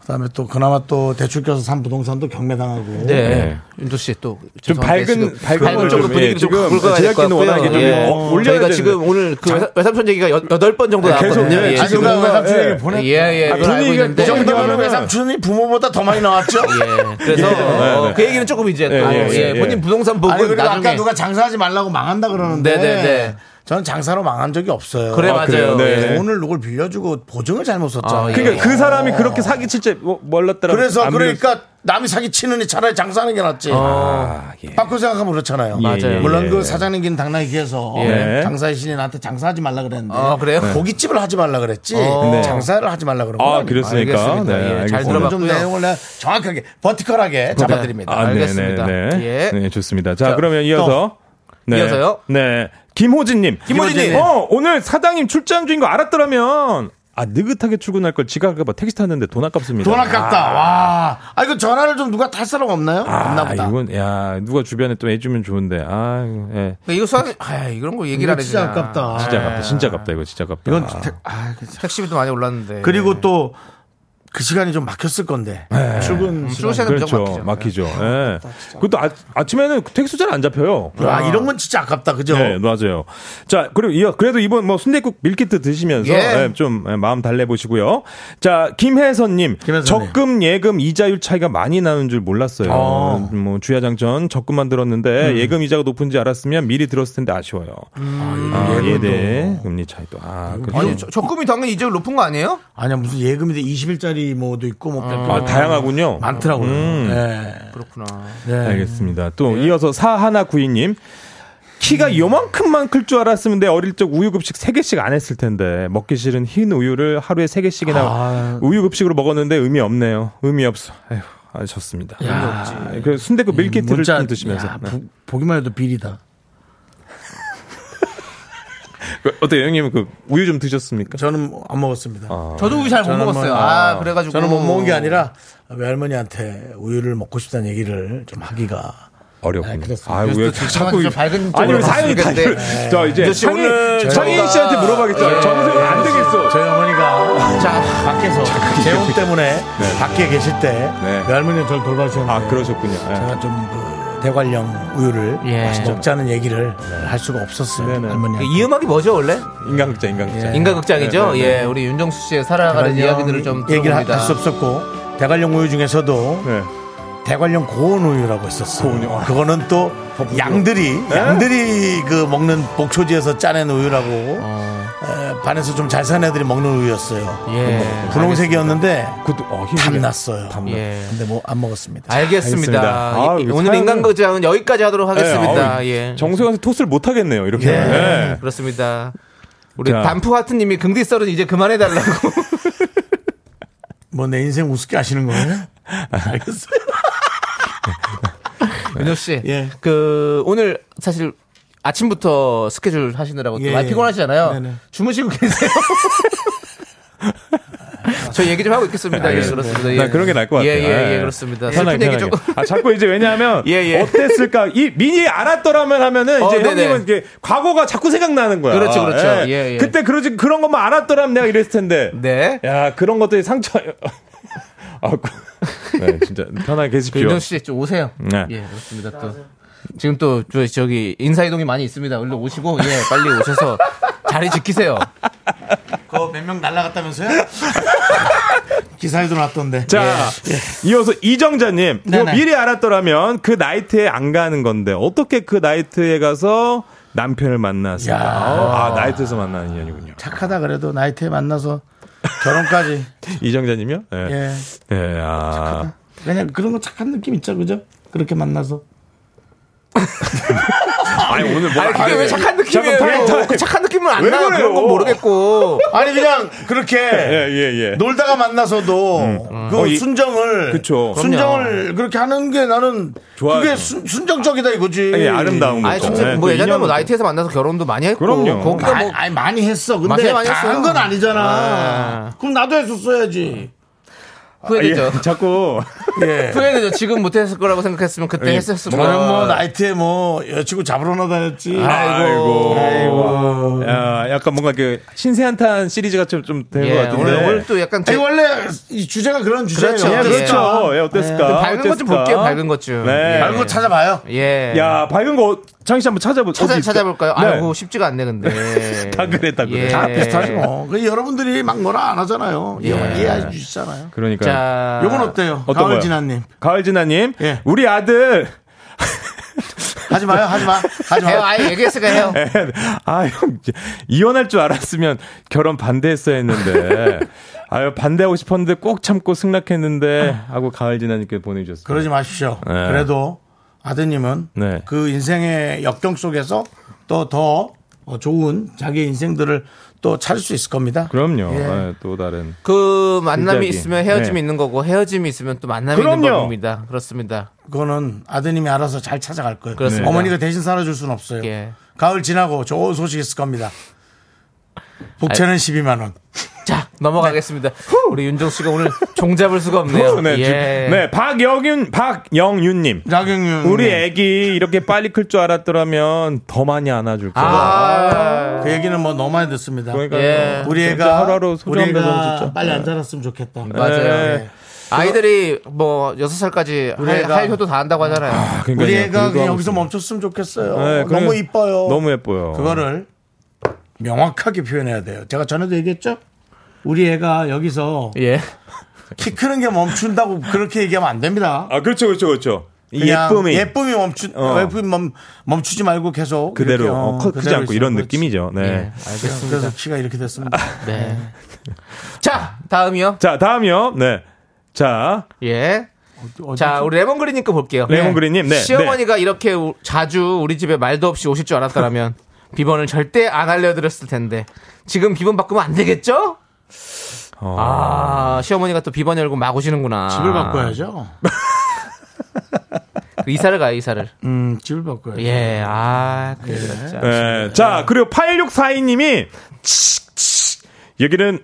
A: 그다음에 또 그나마 또 대출 껴서 산 부동산도 경매당하고.
B: 네.
F: 네.
B: 윤도 씨 또.
F: 좀 밝은- 밝은
B: 밝은
F: 걸
B: 쪽으로
F: 좀,
B: 분위기
F: 예,
B: 좀
F: 지금
B: 굵어야 될
F: 제작진은
B: 것 같고요.
F: 워낙에 좀
B: 예.
F: 어, 올려야
B: 저희가
F: 되는데.
B: 지금 오늘 그 외삼- 외삼촌 얘기가 여- 여덟 번 정도 나왔거든요.
F: 계속, 예,
A: 아,
F: 지금
A: 누가
F: 뭔가,
A: 외삼촌에게
F: 예.
A: 보냈.
B: 예, 예, 그걸 알고
F: 분위기가
B: 있는데.
F: 이 정도면은-
A: 정도면 외삼촌이 부모보다 더 많이 나왔죠.
B: 예, 그래서
F: 예, 네,
B: 어,
F: 네.
B: 그 얘기는 조금 이제 또,
F: 예, 예,
B: 예,
F: 예.
B: 본인 부동산 보고
A: 아니 그리고
B: 나중에
A: 아까 누가 장사하지 말라고 망한다 그러는데
B: 네, 네, 네.
A: 저는 장사로 망한 적이 없어요.
B: 그래
F: 아,
B: 맞아요.
F: 그래요? 네.
B: 예.
A: 돈을 누굴 빌려주고 보증을 잘못 썼잖아요.
B: 아, 예.
F: 그러니까 그 사람이 그렇게 사기칠 때 뭐- 멀렀더라고.
A: 네. 그래서
F: 안
A: 그러니까 남이 사기 치느니 차라리 장사하는 게 낫지.
F: 아, 예.
A: 바꿔 생각하면 그렇잖아요.
B: 맞아요.
A: 물론 그 사장님 긴 당나귀 해서 네.
F: 예.
A: 장사의 신이 나한테 장사하지 말라 그랬는데.
B: 네. 아, 그래요? 네.
A: 고깃집을 하지 말라 그랬지.
B: 네.
A: 장사를 하지 말라 그런 거.
F: 아,
A: 아, 그래.
F: 그랬으니까.
B: 알겠습니다. 예, 잘 들어봤-
F: 알겠습니다.
A: 오늘 좀
B: 들어봤고요. 네.
A: 내용을 내가 정확하게 버티컬하게 잡아드립니다.
F: 아,
B: 알겠습니다.
F: 네네네.
B: 예.
F: 네, 좋습니다. 자,
B: 자,
F: 그러면 이어서. 네.
B: 이어서요?
F: 네. 김호진님.
B: 김호진님.
F: 어, 오늘 사장님 출장 중인 거 알았더라면. 아, 느긋하게 출근할 걸 지가 할까봐 뭐 택시 탔는데 돈 아깝습니다.
A: 돈 아깝다. 와. 아, 이거 전화를 좀 누가 탈 사람 없나요?
F: 아,
A: 없나 보다.
F: 이건, 야, 누가 주변에 또 해주면 좋은데. 아, 예.
B: 그러니까 이거 수학 아 이런 거 얘기를
A: 이거
B: 안 해주냐.
A: 진짜 아깝다. 네.
F: 진짜 아깝다. 네. 진짜 아깝다. 이거 진짜 아깝다.
A: 이건 택- 아,
B: 택시비도 많이 올랐는데.
A: 그리고 또 그 시간이 좀 막혔을 건데
F: 네.
A: 음, 출근
B: 출근
A: 시간.
B: 시간은 무조건
F: 그렇죠.
B: 막히죠. 네.
F: 막히죠. 예. 그것도 아, 침에는 택시 잘 안 잡혀요.
A: 아, 이런 건 진짜 아깝다 그죠?
F: 네, 맞아요. 자, 그리고 이어, 그래도 이번 뭐 순대국 밀키트 드시면서
B: 예.
F: 예, 좀 예, 마음 달래 보시고요. 자, 김혜선님,
A: 김혜선님.
F: 적금 예금 이자율 차이가 많이 나는 줄 몰랐어요.
A: 어.
F: 뭐 주야장전 적금만 들었는데 예금 이자가 높은지 알았으면 미리 들었을 텐데 아쉬워요. 아, 예대 금리 차이도 아, 그렇죠.
B: 아니, 저- 적금이 당연히 이자율 높은 거 아니에요?
A: 아니야 무슨 예금인데 20일짜리 뭐도 있고 뭐 별거
F: 아, 다양하군요.
A: 많더라고요.
F: 음.
A: 네.
B: 그렇구나.
A: 네. 음.
F: 알겠습니다. 또 이어서 사하나 구이님. 키가 요만큼만 클 줄 알았으면 내 어릴 적 우유급식 3개씩 안 했을 텐데 먹기 싫은 흰 우유를 하루에 3개씩이나
A: 아.
F: 우유급식으로 먹었는데 의미 없네요. 의미 없어. 아휴, 아, 좋습니다. 그래서 순대국 밀키트를
A: 문자-
F: 좀 드시면서.
A: 야,
F: 네.
A: 보, 보기만 해도 비리다.
F: 그, 어때요, 형님? 그 우유 좀 드셨습니까?
A: 저는 뭐 안 먹었습니다.
F: 아.
B: 저도 우유 잘 못
A: 저는
B: 먹었어요.
A: 뭐-
B: 아, 그래가지고.
A: 저는 못 먹은 게 아니라 외할머니한테 우유를 먹고 싶다는 얘기를 좀 하기가
F: 어렵군요.
A: 네, 그렇습니다.
F: 아, 왜
B: 그래서
F: 자꾸
B: 좀 밝은
F: 아니,
B: 쪽으로 그
F: 왜 사연이 다.
B: 갔으면
F: 이걸- 자, 이제
B: 아저씨, 오늘
F: 창희, 창희
B: 저희가-
F: 씨한테 물어봐겠죠.
B: 예.
F: 정세훈 안 되겠어.
A: 네. 저희 어머니가
B: 자,
A: 밖에서 재혼 때문에
F: 네.
A: 밖에 계실 때 외할머니가 저를 돌봐주셨는데
F: 아, 그러셨군요. 예.
A: 제가 좀그 대관령 우유를
B: 예.
A: 같이 먹자는 얘기를 할 수가 없었어요.
F: 네네.
A: 할머니한테.
B: 이 음악이 뭐죠, 원래?
F: 인간극장, 인간극장.
B: 네. 인간극장이죠? 예, 우리 윤정수 씨의 살아가는
A: 대관령
B: 이야기들을 좀
A: 얘기를 할
B: 들어봅니다.
A: 수 없었고 대관령 우유 중에서도
F: 네.
A: 대관령 고온 우유라고 있었어요.
F: 고온 우유. 아.
A: 그거는 또 양들이
F: 네?
A: 양들이 그 먹는 목초지에서 짜낸 우유라고 에, 반에서 좀 잘 사는 애들이 먹는 우유였어요.
B: 어.
A: 그뭐
B: 예.
A: 분홍색이었는데
F: 그것도, 어, 힘들게.
A: 탐났어요.
B: 예.
A: 근데 뭐 안 먹었습니다.
B: 알겠습니다.
F: 알겠습니다. 아,
B: 이-
F: 이거
B: 오늘
F: 사연은- 네,
B: 인간극장은 여기까지 하도록 하겠습니다.
F: 아우,
B: 예.
F: 정수영한테 토스를 못 하겠네요. 이렇게. 예.
B: 그렇습니다. 우리
F: 자.
B: 단푸하트님이 긍디 썰은 이제 그만해달라고.
A: 뭐 내 인생 우습게 아시는 거예요? 알겠어요.
F: 네.
B: 윤호 씨,
A: 예.
B: 그 오늘 사실 아침부터 스케줄 하시느라고 또
A: 예,
B: 많이
A: 예.
B: 피곤하시잖아요.
A: 네네.
B: 주무시고 계세요. [laughs] 저희 얘기 좀 하고 있겠습니다. 예, 그렇습니다. 예.
F: 나 그런 게 나을 것 같아요.
B: 예, 예,
F: 예.
B: 예, 그렇습니다.
F: 편하게,
B: 슬픈 얘기
F: 편하게.
B: 조금. [laughs]
F: 아, 자꾸 이제 왜냐하면
B: 예, 예.
F: 어땠을까? 이 미니 알았더라면 하면은
B: 어,
F: 이제
B: 네네.
F: 형님은 이게 과거가 자꾸 생각나는 거야.
B: 그렇죠, 그렇죠. 예, 예.
F: 그때 그러지 그런 것만 알았더라면 내가 이랬을 텐데.
B: 네.
F: 야 그런 것들이 상처. [laughs] 아, 그- 네, 진짜 편하게 계십시오.
B: 윤정 씨, 좀 오세요.
F: 네.
B: 예, 그렇습니다. 또. 지금 또, 저- 저기, 인사이동이 많이 있습니다. 얼른 오시고, 예, 빨리 오셔서 자리 지키세요.
A: 그거 몇 명 날라갔다면서요? [laughs] 기사에도 났던데. 예,
F: 자,
B: 예.
F: 이어서 이정자님. 이거
A: 네네.
F: 미리 알았더라면 그 나이트에 안 가는 건데 어떻게 그 나이트에 가서 남편을 만났을까? 아, 나이트에서 만나는 인연이군요.
A: 착하다 그래도 나이트에 만나서 [laughs] 결혼까지.
F: 이정자님이요? 예.
A: 예.
F: 예, 아.
A: 그냥 그런 거 착한 느낌 있죠, 그죠? 그렇게 만나서.
F: 아니, 오늘 뭐.
B: 아니, 그게 왜 착한 느낌이에요?
F: 잠깐, 타임,
B: 그 착한 느낌은 안
F: 왜
B: 나요.
F: 그래요?
B: 그런 건 모르겠고.
A: 아니 그냥 그렇게
F: 예, 예, 예.
A: 놀다가 만나서도 그
F: 어, 이-
A: 순정을
F: 그쵸.
A: 순정을 그렇게 하는 게 나는
F: 좋아요.
A: 그게 순, 순정적이다 이거지.
F: 예, 아름다운 거.
B: 아니,
F: 그렇죠.
B: 진짜
F: 네,
B: 뭐
F: 그
B: 예전에 뭐
F: 인연도-
B: 나이트에서 만나서 결혼도 많이 했고.
F: 그럼요.
B: 거기가
A: 아니,
B: 뭐.
A: 아니, 많이 했어. 근데
B: 맞아요, 많이
A: 다
B: 했어요.
A: 한 건 아니잖아. 그럼 나도 했었어야지.
F: 예,
B: 후회되죠.
F: 자꾸.
A: 예.
B: [laughs] 후회되죠. 지금 못했을 거라고 생각했으면 그때
F: 예.
B: 했었을 거라
A: 저는 뭐 나이트에 뭐 여자친구 잡으러 나다녔지.
F: 아이고.
A: 아이고.
F: 야, 약간 뭔가 그 신세한탄 시리즈가 좀, 좀 된 것
B: 예,
F: 같은데.
B: 오늘, 오늘 또 약간.
A: 아니,
B: 제-
A: 원래 이 주제가 그런 주제예요.
B: 그렇죠.
F: 예, 그렇죠. 예,
B: 좀
F: 어땠을까?
B: 밝은 것 좀
F: 어땠을까?
B: 볼게요, 밝은 것 좀.
F: 아? 네.
B: 예.
A: 알고 찾아봐요.
B: 예.
F: 야, 밝은 거, 장희 씨 한번 찾아보,
B: 찾아,
F: 어디 있을까?
B: 찾아볼까요?
F: 네.
B: 아이고, 쉽지가 않네, 근데.
F: [laughs] 다 그래, 다 그래.
A: 다 비슷하지 뭐. 그 여러분들이 막 뭐라 안 하잖아요.
B: 예.
A: 이해해 주시잖아요.
F: 그러니까.
B: 자.
A: 요건 어때요?
F: 어떤 거요?
A: 가을 진아님.
F: 가을진아님,
A: 예.
F: 우리 아들,
A: 하지 마요, 하지 마. 하지
B: 해요,
A: 마.
B: 아예 얘기했으니까 해요.
F: 아, 형, 이혼할 줄 알았으면 결혼 반대했어야 했는데, 아유, 반대하고 싶었는데 꼭 참고 승낙했는데, 하고 가을진아님께 보내주셨습니다.
A: 그러지 마십시오.
F: 네.
A: 그래도 아드님은
F: 네.
A: 그 인생의 역경 속에서 또 더 좋은 자기의 인생들을 또 찾을 수 있을 겁니다.
F: 그럼요.
A: 예.
F: 예, 또 다른.
B: 그 만남이
F: 진작이.
B: 있으면 헤어짐이
F: 네.
B: 있는 거고 헤어짐이 있으면 또 만남이 있는
F: 그럼요.
B: 겁니다. 그렇습니다.
A: 그거는 아드님이 알아서 잘 찾아갈 거예요.
B: 그렇습니다.
A: 어머니가 대신 살아줄 수는 없어요.
B: 예. 아,
A: 가을 지나고 좋은 소식 있을 겁니다. 북채는 12만 원.
B: 자, 넘어가겠습니다. 우리 윤정수 씨가 오늘 종잡을 수가 없네요.
F: 네,
B: 예.
F: 네, 박영윤, 박영윤님.
A: 음. 나경윤.
F: 우리 애기 이렇게 빨리 클 줄 알았더라면 더 많이 안아줄 거야.
B: 아,
A: 그 얘기는 뭐 너무 많이 듣습니다.
F: 그러니까
B: 예.
A: 우리
F: 진짜
A: 애가
F: 하루하루
A: 우리
F: 소중한 배송
A: 애가
F: 진짜.
A: 빨리 안 자랐으면 좋겠다. 예.
B: 맞아요. 예.
F: 네.
B: 아이들이 뭐 6살까지
A: 우리
B: 할,
A: 애가-
B: 할 효도 다 한다고 하잖아요.
F: 그러니까요.
A: 우리 애가
F: 그거
A: 그냥
F: 하고
A: 여기서
F: 있어요.
A: 멈췄으면 좋겠어요.
F: 네,
A: 너무
F: 그냥
A: 이뻐요.
F: 너무 예뻐요.
A: 그거를 명확하게 표현해야 돼요. 제가 전에도 얘기했죠? 우리 애가 여기서
B: 예.
A: 키 크는 게 멈춘다고 그렇게 얘기하면 안 됩니다.
F: 아, 그렇죠, 그렇죠, 그렇죠. 이
A: 그냥
F: 예쁨이
A: 예쁨이 멈추
F: 어.
A: 예쁨이 멈, 멈추지 말고 계속
F: 그대로
A: 이렇게,
F: 어, 커- 크지
A: 그대로
F: 않고
A: 있어요.
F: 이런
A: 그렇지.
F: 느낌이죠. 네.
B: 예. 알겠습니다.
A: 그래서 키가 이렇게 됐습니다.
B: 네. 자, 다음이요.
F: 자, 다음이요. 네. 자,
B: 예.
A: 어디-
B: 자, 우리 레몬그린님 거 볼게요.
F: 레몬그린님, 네,
B: 시어머니가 이렇게 우- 자주 우리 집에 말도 없이 오실 줄 알았다면 [laughs] 비번을 절대 안 알려드렸을 텐데 지금 비번 바꾸면 안 되겠죠?
F: 어.
B: 아, 시어머니가 또 비번 열고 막 오시는구나.
A: 집을
F: 아.
A: 바꿔야죠.
B: 그 이사를 가요, 이사를.
A: 음, 집을 바꿔야죠.
B: 예, 아, 그래. 진짜.
F: 네. 자, 그리고 8642님이 여기는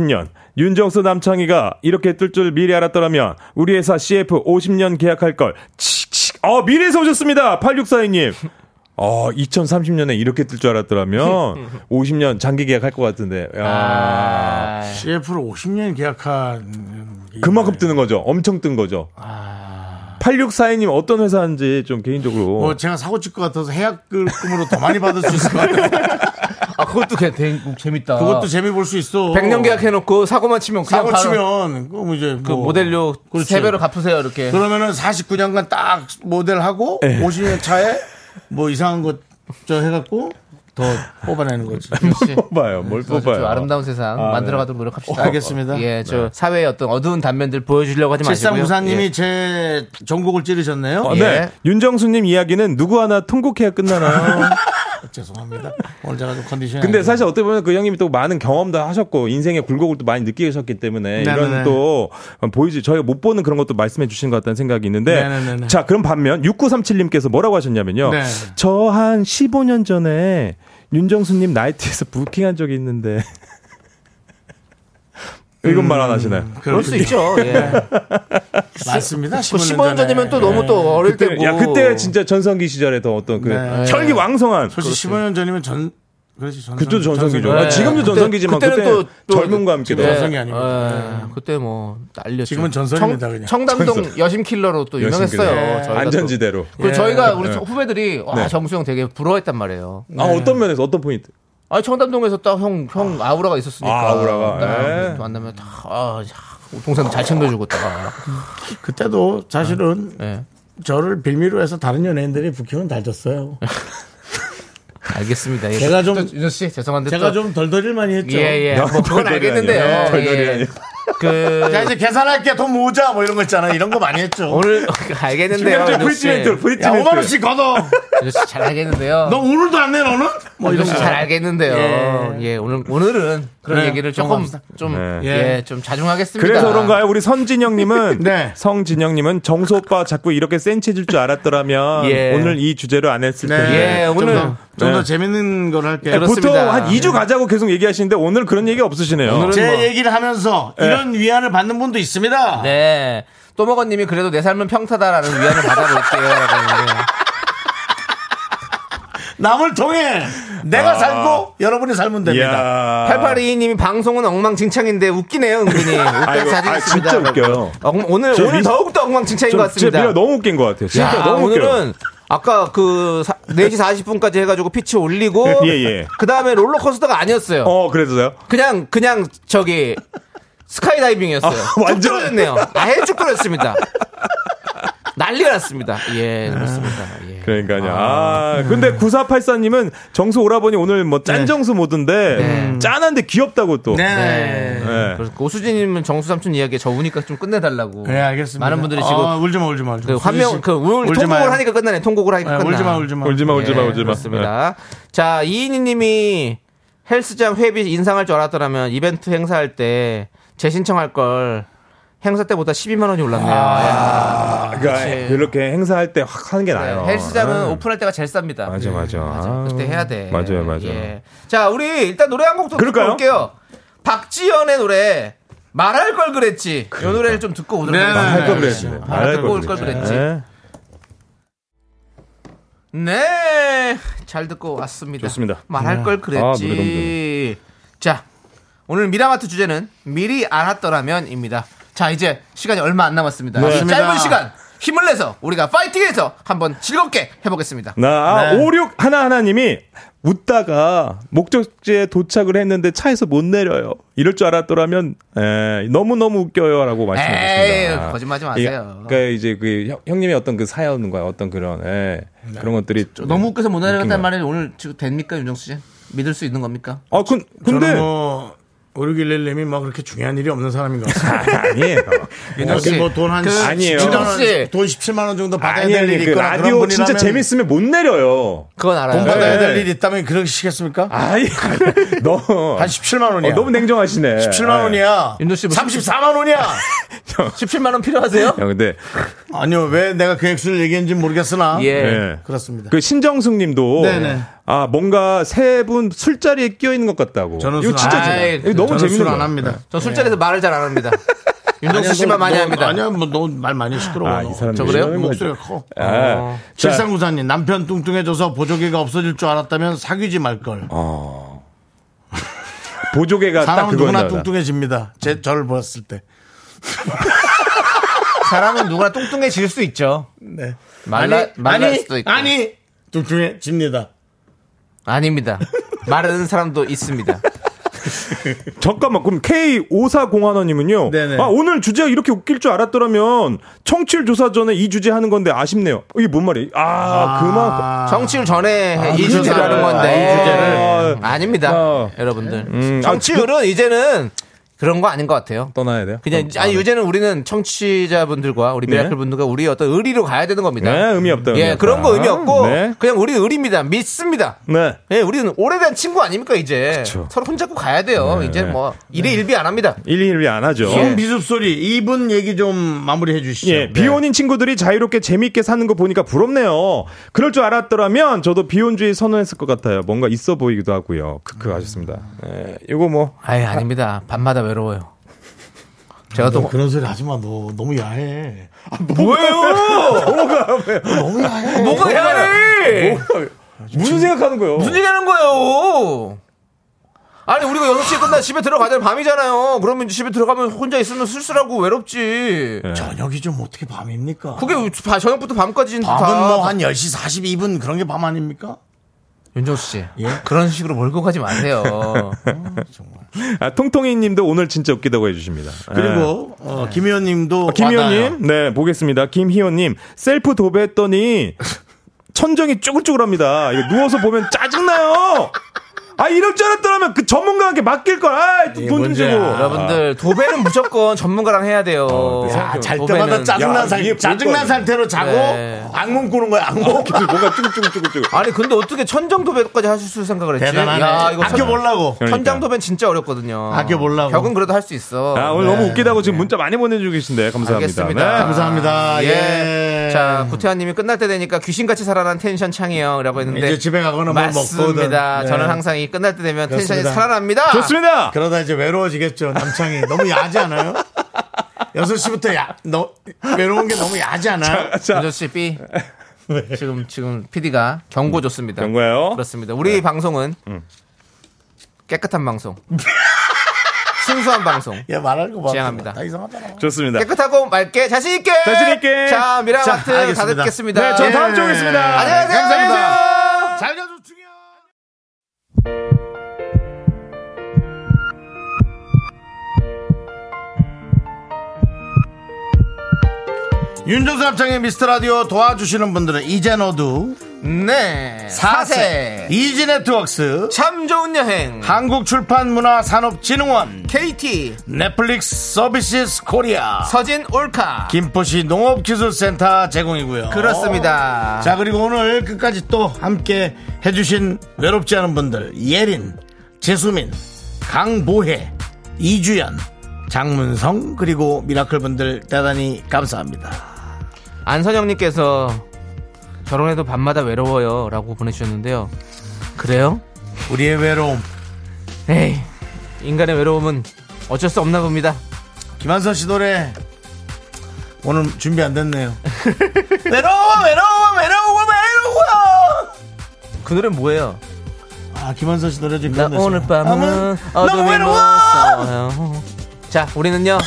F: 2030년 윤정수 남창희가 이렇게 뜰 줄 미리 알았더라면 우리 회사 CF 50년 계약할 걸. 칙칙. 어, 미래에서 오셨습니다. 8642님. 어, 2030년에 이렇게 뜰
B: [laughs]
F: 줄 알았더라면 50년 장기 계약할 것 같은데. 야.
B: 아,
A: CF로 50년 계약한 게
F: 그만큼
B: 네.
A: 있나요?
F: 뜨는 거죠. 엄청 뜬 거죠.
B: 아.
F: 8642님 어떤 회사인지 좀 개인적으로
A: 뭐 제가 사고 칠 것 같아서 해약금으로 더 많이 받을 수 있을 것 [laughs] 같아요.
B: 아, 그것도 개- 개- 재밌다.
A: 그것도 어, 재미 볼 수 있어.
B: 백년 계약 해놓고 사고만 치면 그냥
A: 사고
B: 바로
A: 치면 그럼 이제
B: 그 모델료
A: 그렇지.
B: 세 배로 갚으세요 이렇게.
A: 그러면은 49년간 딱 모델하고
F: 네.
A: 50년 차에 뭐 이상한 거 저 해갖고 더 뽑아내는 [laughs] 거지.
B: 역시.
F: [laughs] 뽑아요. 뭘
B: 그래서 좀
F: 뽑아요.
B: 아름다운 세상
F: 아,
B: 만들어가도록 노력합시다.
A: 어, 알겠습니다.
B: 예, 저 사회의 어떤 어두운 단면들 보여주려고 하지 마시고요.
A: 칠삼구사님이
B: 예.
A: 제 전곡을 찌르셨네요.
F: 어,
B: 예.
F: 네. 윤정수님 이야기는 누구 하나
A: [laughs]
F: 통곡해야 끝나나.
B: 네.
A: 죄송합니다. 오늘 제가 좀 컨디션이.
F: 근데
A: 안
F: 사실 어떻게 보면 그 형님이 또 많은 경험도 하셨고 인생의 굴곡을 또 많이 느끼셨기 때문에
A: 네네네.
F: 이런 또 보이지 저희가 못 보는 그런 것도 말씀해 주신 것 같다는 생각이 있는데
A: 네네네네.
F: 자 그럼 반면 6937님께서 뭐라고 하셨냐면요
A: 네.
F: 저 한 15년 전에 윤정수님 나이트에서 부킹한 적이 있는데 [laughs] 이건 말 안
A: 음.
F: 하시나요?
B: 그럴 수 있죠. 예. 그
A: 돼요. 맞습니다. 15년, 예.
B: 15년 전이면 또 너무 또 어릴
F: 그때,
B: 때고.
F: 야 그때 진짜 전성기 시절에 더 어떤 그
A: 네.
F: 혈기 왕성한
A: 솔직히 15년 전이면 전 그렇지 전
F: 그때도 전성기죠.
B: 네.
F: 아, 지금도
B: 그때-
F: 전성기지만 그때,
B: 그때는 또- 또-
F: 젊음과 함께
A: 지금
F: 더.
A: 전성기 아니고.
B: 예, 그때 뭐 알렸죠.
A: 지금은 전설입니다, 그냥.
B: 청담동
F: 전설.
B: 여심 킬러로 또
F: 여심킬러.
B: 유명했어요.
F: 예.
B: 저희가
F: 안전지대로.
B: 또. 그리고 저희가 우리 후배들이 와 정수형 되게 부러워했단 말이에요.
F: 아 어떤 면에서 어떤 포인트?
B: 아 청담동에서 딱 형 형 아우라가 있었으니까.
F: 아, 아우라가.
B: 딱
F: 예.
B: 만나면 다 아, 동생 잘 챙겨주고 딱.
A: 예, 그때도 사실은
B: 예.
A: 저를 빌미로 해서 다른 연예인들이 부킹은 달졌어요.
B: 알겠습니다. 예.
A: 제가 좀-
B: 또 윤호 씨 죄송한데
A: 제가
B: 또-
A: 좀 덜덜일 많이 했죠.
B: 예, 예. 뭐 그건
F: 덜덜이
B: 알겠는데요.
F: 아니에요. 덜덜이
B: 예.
F: 아니에요.
A: 자
B: 그
A: 이제 계산할게 돈 모자 뭐 이런 거 있잖아요. 이런 거 많이 했죠.
B: 오늘 [laughs] 알겠는데요.
F: 중간중간
B: 윤호 씨.
F: 네, 브릿지 멘트, 브릿지
A: 야 5만
F: 멘트.
A: 원씩 걷어.
B: 윤호 씨잘
F: [laughs]
B: 알겠는데요.
A: 너 오늘도 안 내 너는? 뭐
B: 윤호
A: 이런
B: 씨
A: 거.
B: 잘 알겠는데요.
A: 예.
B: 예, 오늘 오늘은 그런
F: 네,
A: 그래요.
B: 얘기를 조금
A: 넘어갑시다.
B: 좀
A: 네.
B: 예, 좀 자중하겠습니다.
F: 그래서 그런가요? 우리
B: [laughs]
F: 선진영님은
A: 네.
F: 성진영님은 정수 오빠 자꾸 이렇게 센치해줄 줄 알았더라면
B: 예.
F: 오늘 이 주제로 안 했을 텐데.
B: 예, 오늘-
A: 좀더
F: 네.
A: 재밌는 걸 할게요.
B: 그렇-
F: 보통
B: 그렇습니다.
F: 한 2주 가자고 계속 얘기하시는데 오늘 그런 예. 얘기 없으시네요.
B: 오늘은
A: 제
B: 뭐-
A: 얘기를 하면서 이런 위안을 받는 분도 있습니다.
B: 네. 또먹어님이 그래도 내 삶은 평타다라는 위안을 받아볼게요.
A: 남을 통해 내가 살고 여러분이 살면 됩니다.
F: 아. 이야.
B: 8822님이 방송은 엉망진창인데 웃기네요, 은근히. 웃겨서
F: 아. 아이고, 아,
B: 자진했습니다. 네,
F: 진짜 웃겨요.
B: 엉- 오늘,
F: 저
B: 오늘
F: 미-
B: 더욱더 엉망진창인 것
F: 저- 제
B: 같습니다.
F: 미라 너무 웃긴 것 같아요. 진짜
B: 야,
F: 너무 웃겨요.
B: 오늘은 아까 그 사- 4시 40분까지 해가지고 피치 올리고
F: [laughs] 예, 예.
B: 그 다음에 롤러코스터가 아니었어요.
F: 어, 그래서요?
B: 그냥 그냥 저기 스카이다이빙이었어요.
F: 아,
B: 쭉
F: [laughs] 완전-
B: 떨어졌네요. 아예 쭉 떨어졌습니다. 난리가 났습니다. 예, 그렇습니다. 예.
F: 아, 그러니까요. 아, 근데 9484님은 정수 오라버니 오늘 뭐 짠정수 모드인데 짠한데 귀엽다고 또.
A: 네.
B: 네.
F: 네.
B: 그래서 오수진님은 정수 삼촌 이야기에 저 우니까 좀 끝내달라고.
A: 네, 알겠습니다.
B: 많은 분들이 지금
A: 아, 울지 마, 울지 마. 울지 마.
B: 그 환명 그 울,
A: 울지
B: 통곡을
A: 마요.
B: 하니까 끝나네. 통곡을 하니까
A: 네,
B: 끝나.
A: 울지 마, 울지 마.
F: 아, 울지마,
B: 예,
F: 울지마, 울지마.
B: 그렇습니다. 자, 이인희님이 헬스장 회비 인상할 줄 알았더라면 이벤트 행사할 때 재 신청할 걸 행사 때보다 12만 원이 올랐네요.
F: 아, 그러니까 이렇게 행사할 때 확 하는 게
B: 예.
F: 나아요. 음.
B: 헬스장은 오픈할 때가 제일 쌉니다.
F: 맞아,
B: 맞아.
F: 맞아. 아.
B: 그때 해야 돼.
F: 맞아요, 맞아요.
B: 예. 자, 우리 일단 노래 한 곡도
F: 그럴까요?
B: 볼게요. 박지연의 노래 말할 걸 그랬지. 이
F: 그러니까.
B: 노래를 좀 듣고 오도록
A: 네,
B: 하겠습니다.
A: 말할 걸
F: 그랬지.
B: 네,
F: 말할
B: 듣고
F: 걸
B: 올 걸
F: 그랬지.
B: 그랬지.
F: 네.
B: 네, 잘 듣고 왔습니다.
F: 좋습니다.
B: 말할 걸
F: 아, 노래 너무
B: 그랬지. 자, 오늘 미라마트 주제는 미리 알았더라면입니다. 자, 이제 시간이 얼마 안 남았습니다.
A: 맞습니다.
B: 짧은 시간 힘을 내서 우리가 파이팅해서 한번 즐겁게 해보겠습니다.
F: 네. 나 아,
B: 네.
F: 오륙 하나 하나님이 웃다가 목적지에 도착을 했는데 차에서 못 내려요. 이럴 줄 알았더라면 에, 너무 너무 웃겨요라고 말씀하셨습니다.
B: 에이, 거짓말하지 마세요.
F: 그러니까 이제 그 형- 형님의 어떤 그 사연과 어떤 그런 에,
A: 네.
F: 그런 것들이
B: 너무 웃겨서 못
F: 웃긴
B: 내려갔다는
F: 거.
B: 말이 오늘 지금 됩니까, 윤정수 씨? 믿을 수 있는 겁니까?
F: 아 근, 근데
A: 저는 뭐 오르길렐님이 뭐 그렇게 중요한 일이 없는 사람인 것 같습니다.
F: [laughs] 아니에요.
B: 윤정수 씨.
A: 뭐돈한
B: 그
F: 음, 아니에요.
B: 혹시-
A: 돈 17만 원 정도 받아야
F: 아니에요.
A: 될 일이
F: 그
A: 있거나 그런
F: 라디오
A: 분이라면
F: 진짜 재밌으면 못 내려요.
B: 그건 알아요.
A: 돈 받아야
F: 네.
A: 될 일이 있다면 그렇게 시키겠습니까?
F: 아이 [laughs] 너
A: 한 17만 원이야.
F: 어, 너무 냉정하시네.
A: 17만 원이야.
B: 윤도 씨 뭐-
A: 34만
F: [laughs]
A: 원이야.
B: 17만 원 필요하세요?
F: 예. 야 근데
A: 아니요, 왜 내가 그 액수를 얘기했는지 모르겠으나.
B: 예.
F: [laughs] 예.
A: 그렇습니다.
F: 그 신정숙 님도
A: 네네.
F: 아 뭔가 세 분 술자리에 끼어 있는 것 같다고.
A: 저는
F: 이거
A: 술
F: 진짜
B: 안-
F: 좋아요. 네.
B: 아이,
F: 이거 너무
A: 저는
F: 재밌는
A: 술
F: 거야.
A: 안 합니다.
B: 저 술자리에서 말을 잘 안 [laughs] 합니다. 윤정수
A: 아니야, 너-
B: 씨만 많이
A: 너-
B: 합니다.
A: 아니야, 뭐, 너 말 많이 시끄러워.
F: 아, 이 사람
B: 저 그래요?
F: 이러는 거지.
A: 목소리가 커. 어.
F: 아, 자,
A: 칠상구사님, 남편 뚱뚱해져서 보조개가 없어질 줄 알았다면 사귀지 말걸.
F: 보조개가 어. 딱
A: 사람은
F: 그거나
A: 누구나 뚱뚱해집니다. 제, 저를 보았을 때.
B: 사람은 누구나 뚱뚱해질 수 있죠.
A: 네.
B: 말라, 말랄 수도 있고.
A: 아니, 뚱뚱해집니다.
B: 아닙니다. 마르는 사람도 있습니다.
F: 잠깐만 그럼 K 5401님은요.
A: 네네.
F: 아 오늘 주제가 이렇게 웃길 줄 알았더라면 청취율 조사 전에 이 주제 하는 건데 아쉽네요. 이게 뭔 말이에요? 아, 그만큼.
B: 정치율 전에 아, 이
F: 그
B: 주제를
F: 주제를.
B: 하는 건데
F: 아,
B: 이 주제를 어.
F: 아,
B: 아닙니다,
F: 아.
B: 여러분들.
F: 음, 아,
B: 정치율은 이제는 그런 거 아닌 것 같아요.
F: 떠나야 돼요.
B: 그- 그냥 아니 네. 요새는 우리는 청취자분들과 우리 미라클 분들과 우리 어떤 의리로 가야 되는 겁니다.
F: 네, 의미 없다, 의미
B: 예,
F: 없다.
B: 그런 거 의미 없고
F: 네.
B: 그냥 우리 의리입니다. 믿습니다.
F: 네.
B: 예, 우리는 오래된 친구 아닙니까 이제
F: 그쵸.
B: 서로 손잡고 가야 돼요.
F: 네,
B: 이제
F: 네.
B: 뭐 일에 일비 안 합니다.
F: 121이 안 하죠.
B: 예.
A: 비숲소리, 이분 얘기 좀 마무리해 주시죠. 네.
F: 예, 비혼인 친구들이 자유롭게 재미있게 사는 거 보니까 부럽네요. 그럴 줄 알았더라면 저도 비혼주의 선호했을 것 같아요. 뭔가 있어 보이기도 하고요. 크크 하셨습니다. 예, 이거 뭐
B: 아예 아닙니다. 밤마다 외로워요. 네. 제가 또
A: 그런 소리 하지 마, 너. 너무 야해.
B: 뭐예요?
A: 너무 야해.
B: 뭐가 야해?
F: 무슨 생각하는 거예요?
B: 무슨 얘기하는 거예요? 아니 우리가 6시에 끝나 집에 들어가자면 밤이잖아요. 그러면 집에 들어가면 혼자 있으면 쓸쓸하고 외롭지.
F: 네.
A: 저녁이 좀 어떻게 밤입니까?
B: 그게 바- 저녁부터 밤까지 다.
A: 밥은 뭐 한 10시 42분 그런 게 밤 아닙니까?
B: 윤정수 씨.
A: 예?
B: 그런 식으로 몰고 가지 마세요.
A: [laughs]
F: 아, 통통이님도 오늘 진짜 웃기다고 뭐 해주십니다. 예.
A: 그리고 어, 김 의원님도 와닿아요.
F: 네. 김희원님, 네 보겠습니다. 김희원님 셀프 도배했더니 천정이 쭈글쭈글합니다. 이거 누워서 보면 짜증나요. 아 이럴 줄 알았더라면 그 전문가한테 맡길 걸. 아돈좀
A: 문제야.
F: 주고.
B: 여러분들 도배는 무조건 전문가랑 해야 돼요.
A: 야, 어, 네. 아, 잘 때마다
F: 야,
A: 짜증난
F: 이게
A: 상
F: 볼
A: 짜증난
F: 거야.
A: 상태로 자고
B: 네. 아,
A: 악몽 꾸는 거야 악몽.
F: 계속 뭔가 쭈글쭈글쭈글쭈글.
B: 아니 근데 어떻게 천정 도배까지 하실 생각을 했지?
A: 대단하네.
B: 야, 이거
A: 아껴 보려고.
F: 그러니까.
B: 천장 도배는 진짜 어렵거든요.
A: 아껴보려고.
B: 격은 그래도 할 수 있어.
F: 아, 오늘 너무 웃기다고 지금 문자 많이 보내주고 계신데 감사합니다.
B: 네. 알겠습니다.
F: 네.
A: 감사합니다. 예.
B: 자, 구태환님이 끝날 때 되니까 귀신같이 살아난 텐션 창이형이라고 했는데
A: 이제 집에 가거나 뭐
B: 네. 맞습니다.
A: 먹거든.
B: 저는
A: 네.
B: 항상 이 끝날 때 되면 텐션이
A: 그렇습니다.
B: 살아납니다.
F: 좋습니다.
A: 그러다 이제 외로워지겠죠 남창이 너무 야하지 않아요? 6시부터 야, 너, 외로운 게 너무 야하지 않아요?
F: 자,
B: 조씨 B.
A: 네.
B: 지금 지금 PD가 경고
A: 음,
B: 줬습니다.
F: 경고요.
B: 그렇습니다. 우리
A: 네.
B: 방송은 깨끗한 방송, [laughs] 순수한 방송.
A: 예, 말할 거 봐.
B: 지향합니다.
A: 다 이상하잖아.
F: 좋습니다.
B: 깨끗하고 맑게 자신 있게.
F: 자신 있게.
B: 자
A: 자,
B: 미라마트 다
A: 알겠습니다.
B: 듣겠습니다.
F: 네, 전 다음
A: 예.
F: 주에 오겠습니다.
B: 안녕하세요.
A: 감사합니다.
B: 안녕하세요.
A: 잘 가줘, 중요 윤정수 합창의 미스터라디오 도와주시는 분들은 이젠어두
B: 네. 사세.
A: 이지네트웍스
B: 참 좋은 여행.
A: 한국출판문화산업진흥원
B: KT
A: 넷플릭스 서비스 코리아
B: 서진 올카.
A: 김포시 농업기술센터 제공이고요
B: 그렇습니다.
A: 어. 자 그리고 오늘 끝까지 또 함께 해주신 외롭지 않은 분들 예린, 재수민, 강보혜, 이주연, 장문성 그리고 미라클 분들 대단히 감사합니다.
B: 안선영님께서 결혼해도 밤마다 외로워요라고 보내주셨는데요. 그래요?
A: 우리의 외로움
B: 에이 인간의 외로움은 어쩔 수 없나 봅니다.
A: 김한선 씨 노래 오늘 준비 안 됐네요. [laughs] 외로워 외로워 외로워 외로워.
B: 그 노래 뭐예요?
A: 아 김한선 씨 노래 좀
B: 나
A: 힘내세요.
B: 오늘 밤은
A: 아무- 너무
B: 어둠이
A: 외로워.
B: 무서워요. 자,
A: [laughs]
B: 우리는요.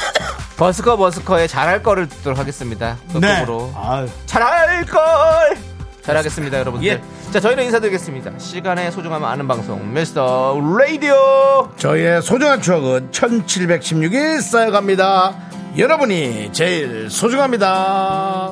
B: 버스커 버스커의 잘할 거를 듣도록 하겠습니다.
A: 네.
B: 끝곡으로
A: 아유.
B: 잘할 걸. 예. 잘하겠습니다, 여러분들. 자, 저희는 인사드리겠습니다. 시간의 소중함을 아는 방송 미스터 라디오.
A: 저희의 소중한 추억은 1716일 쌓여갑니다. 여러분이 제일 소중합니다.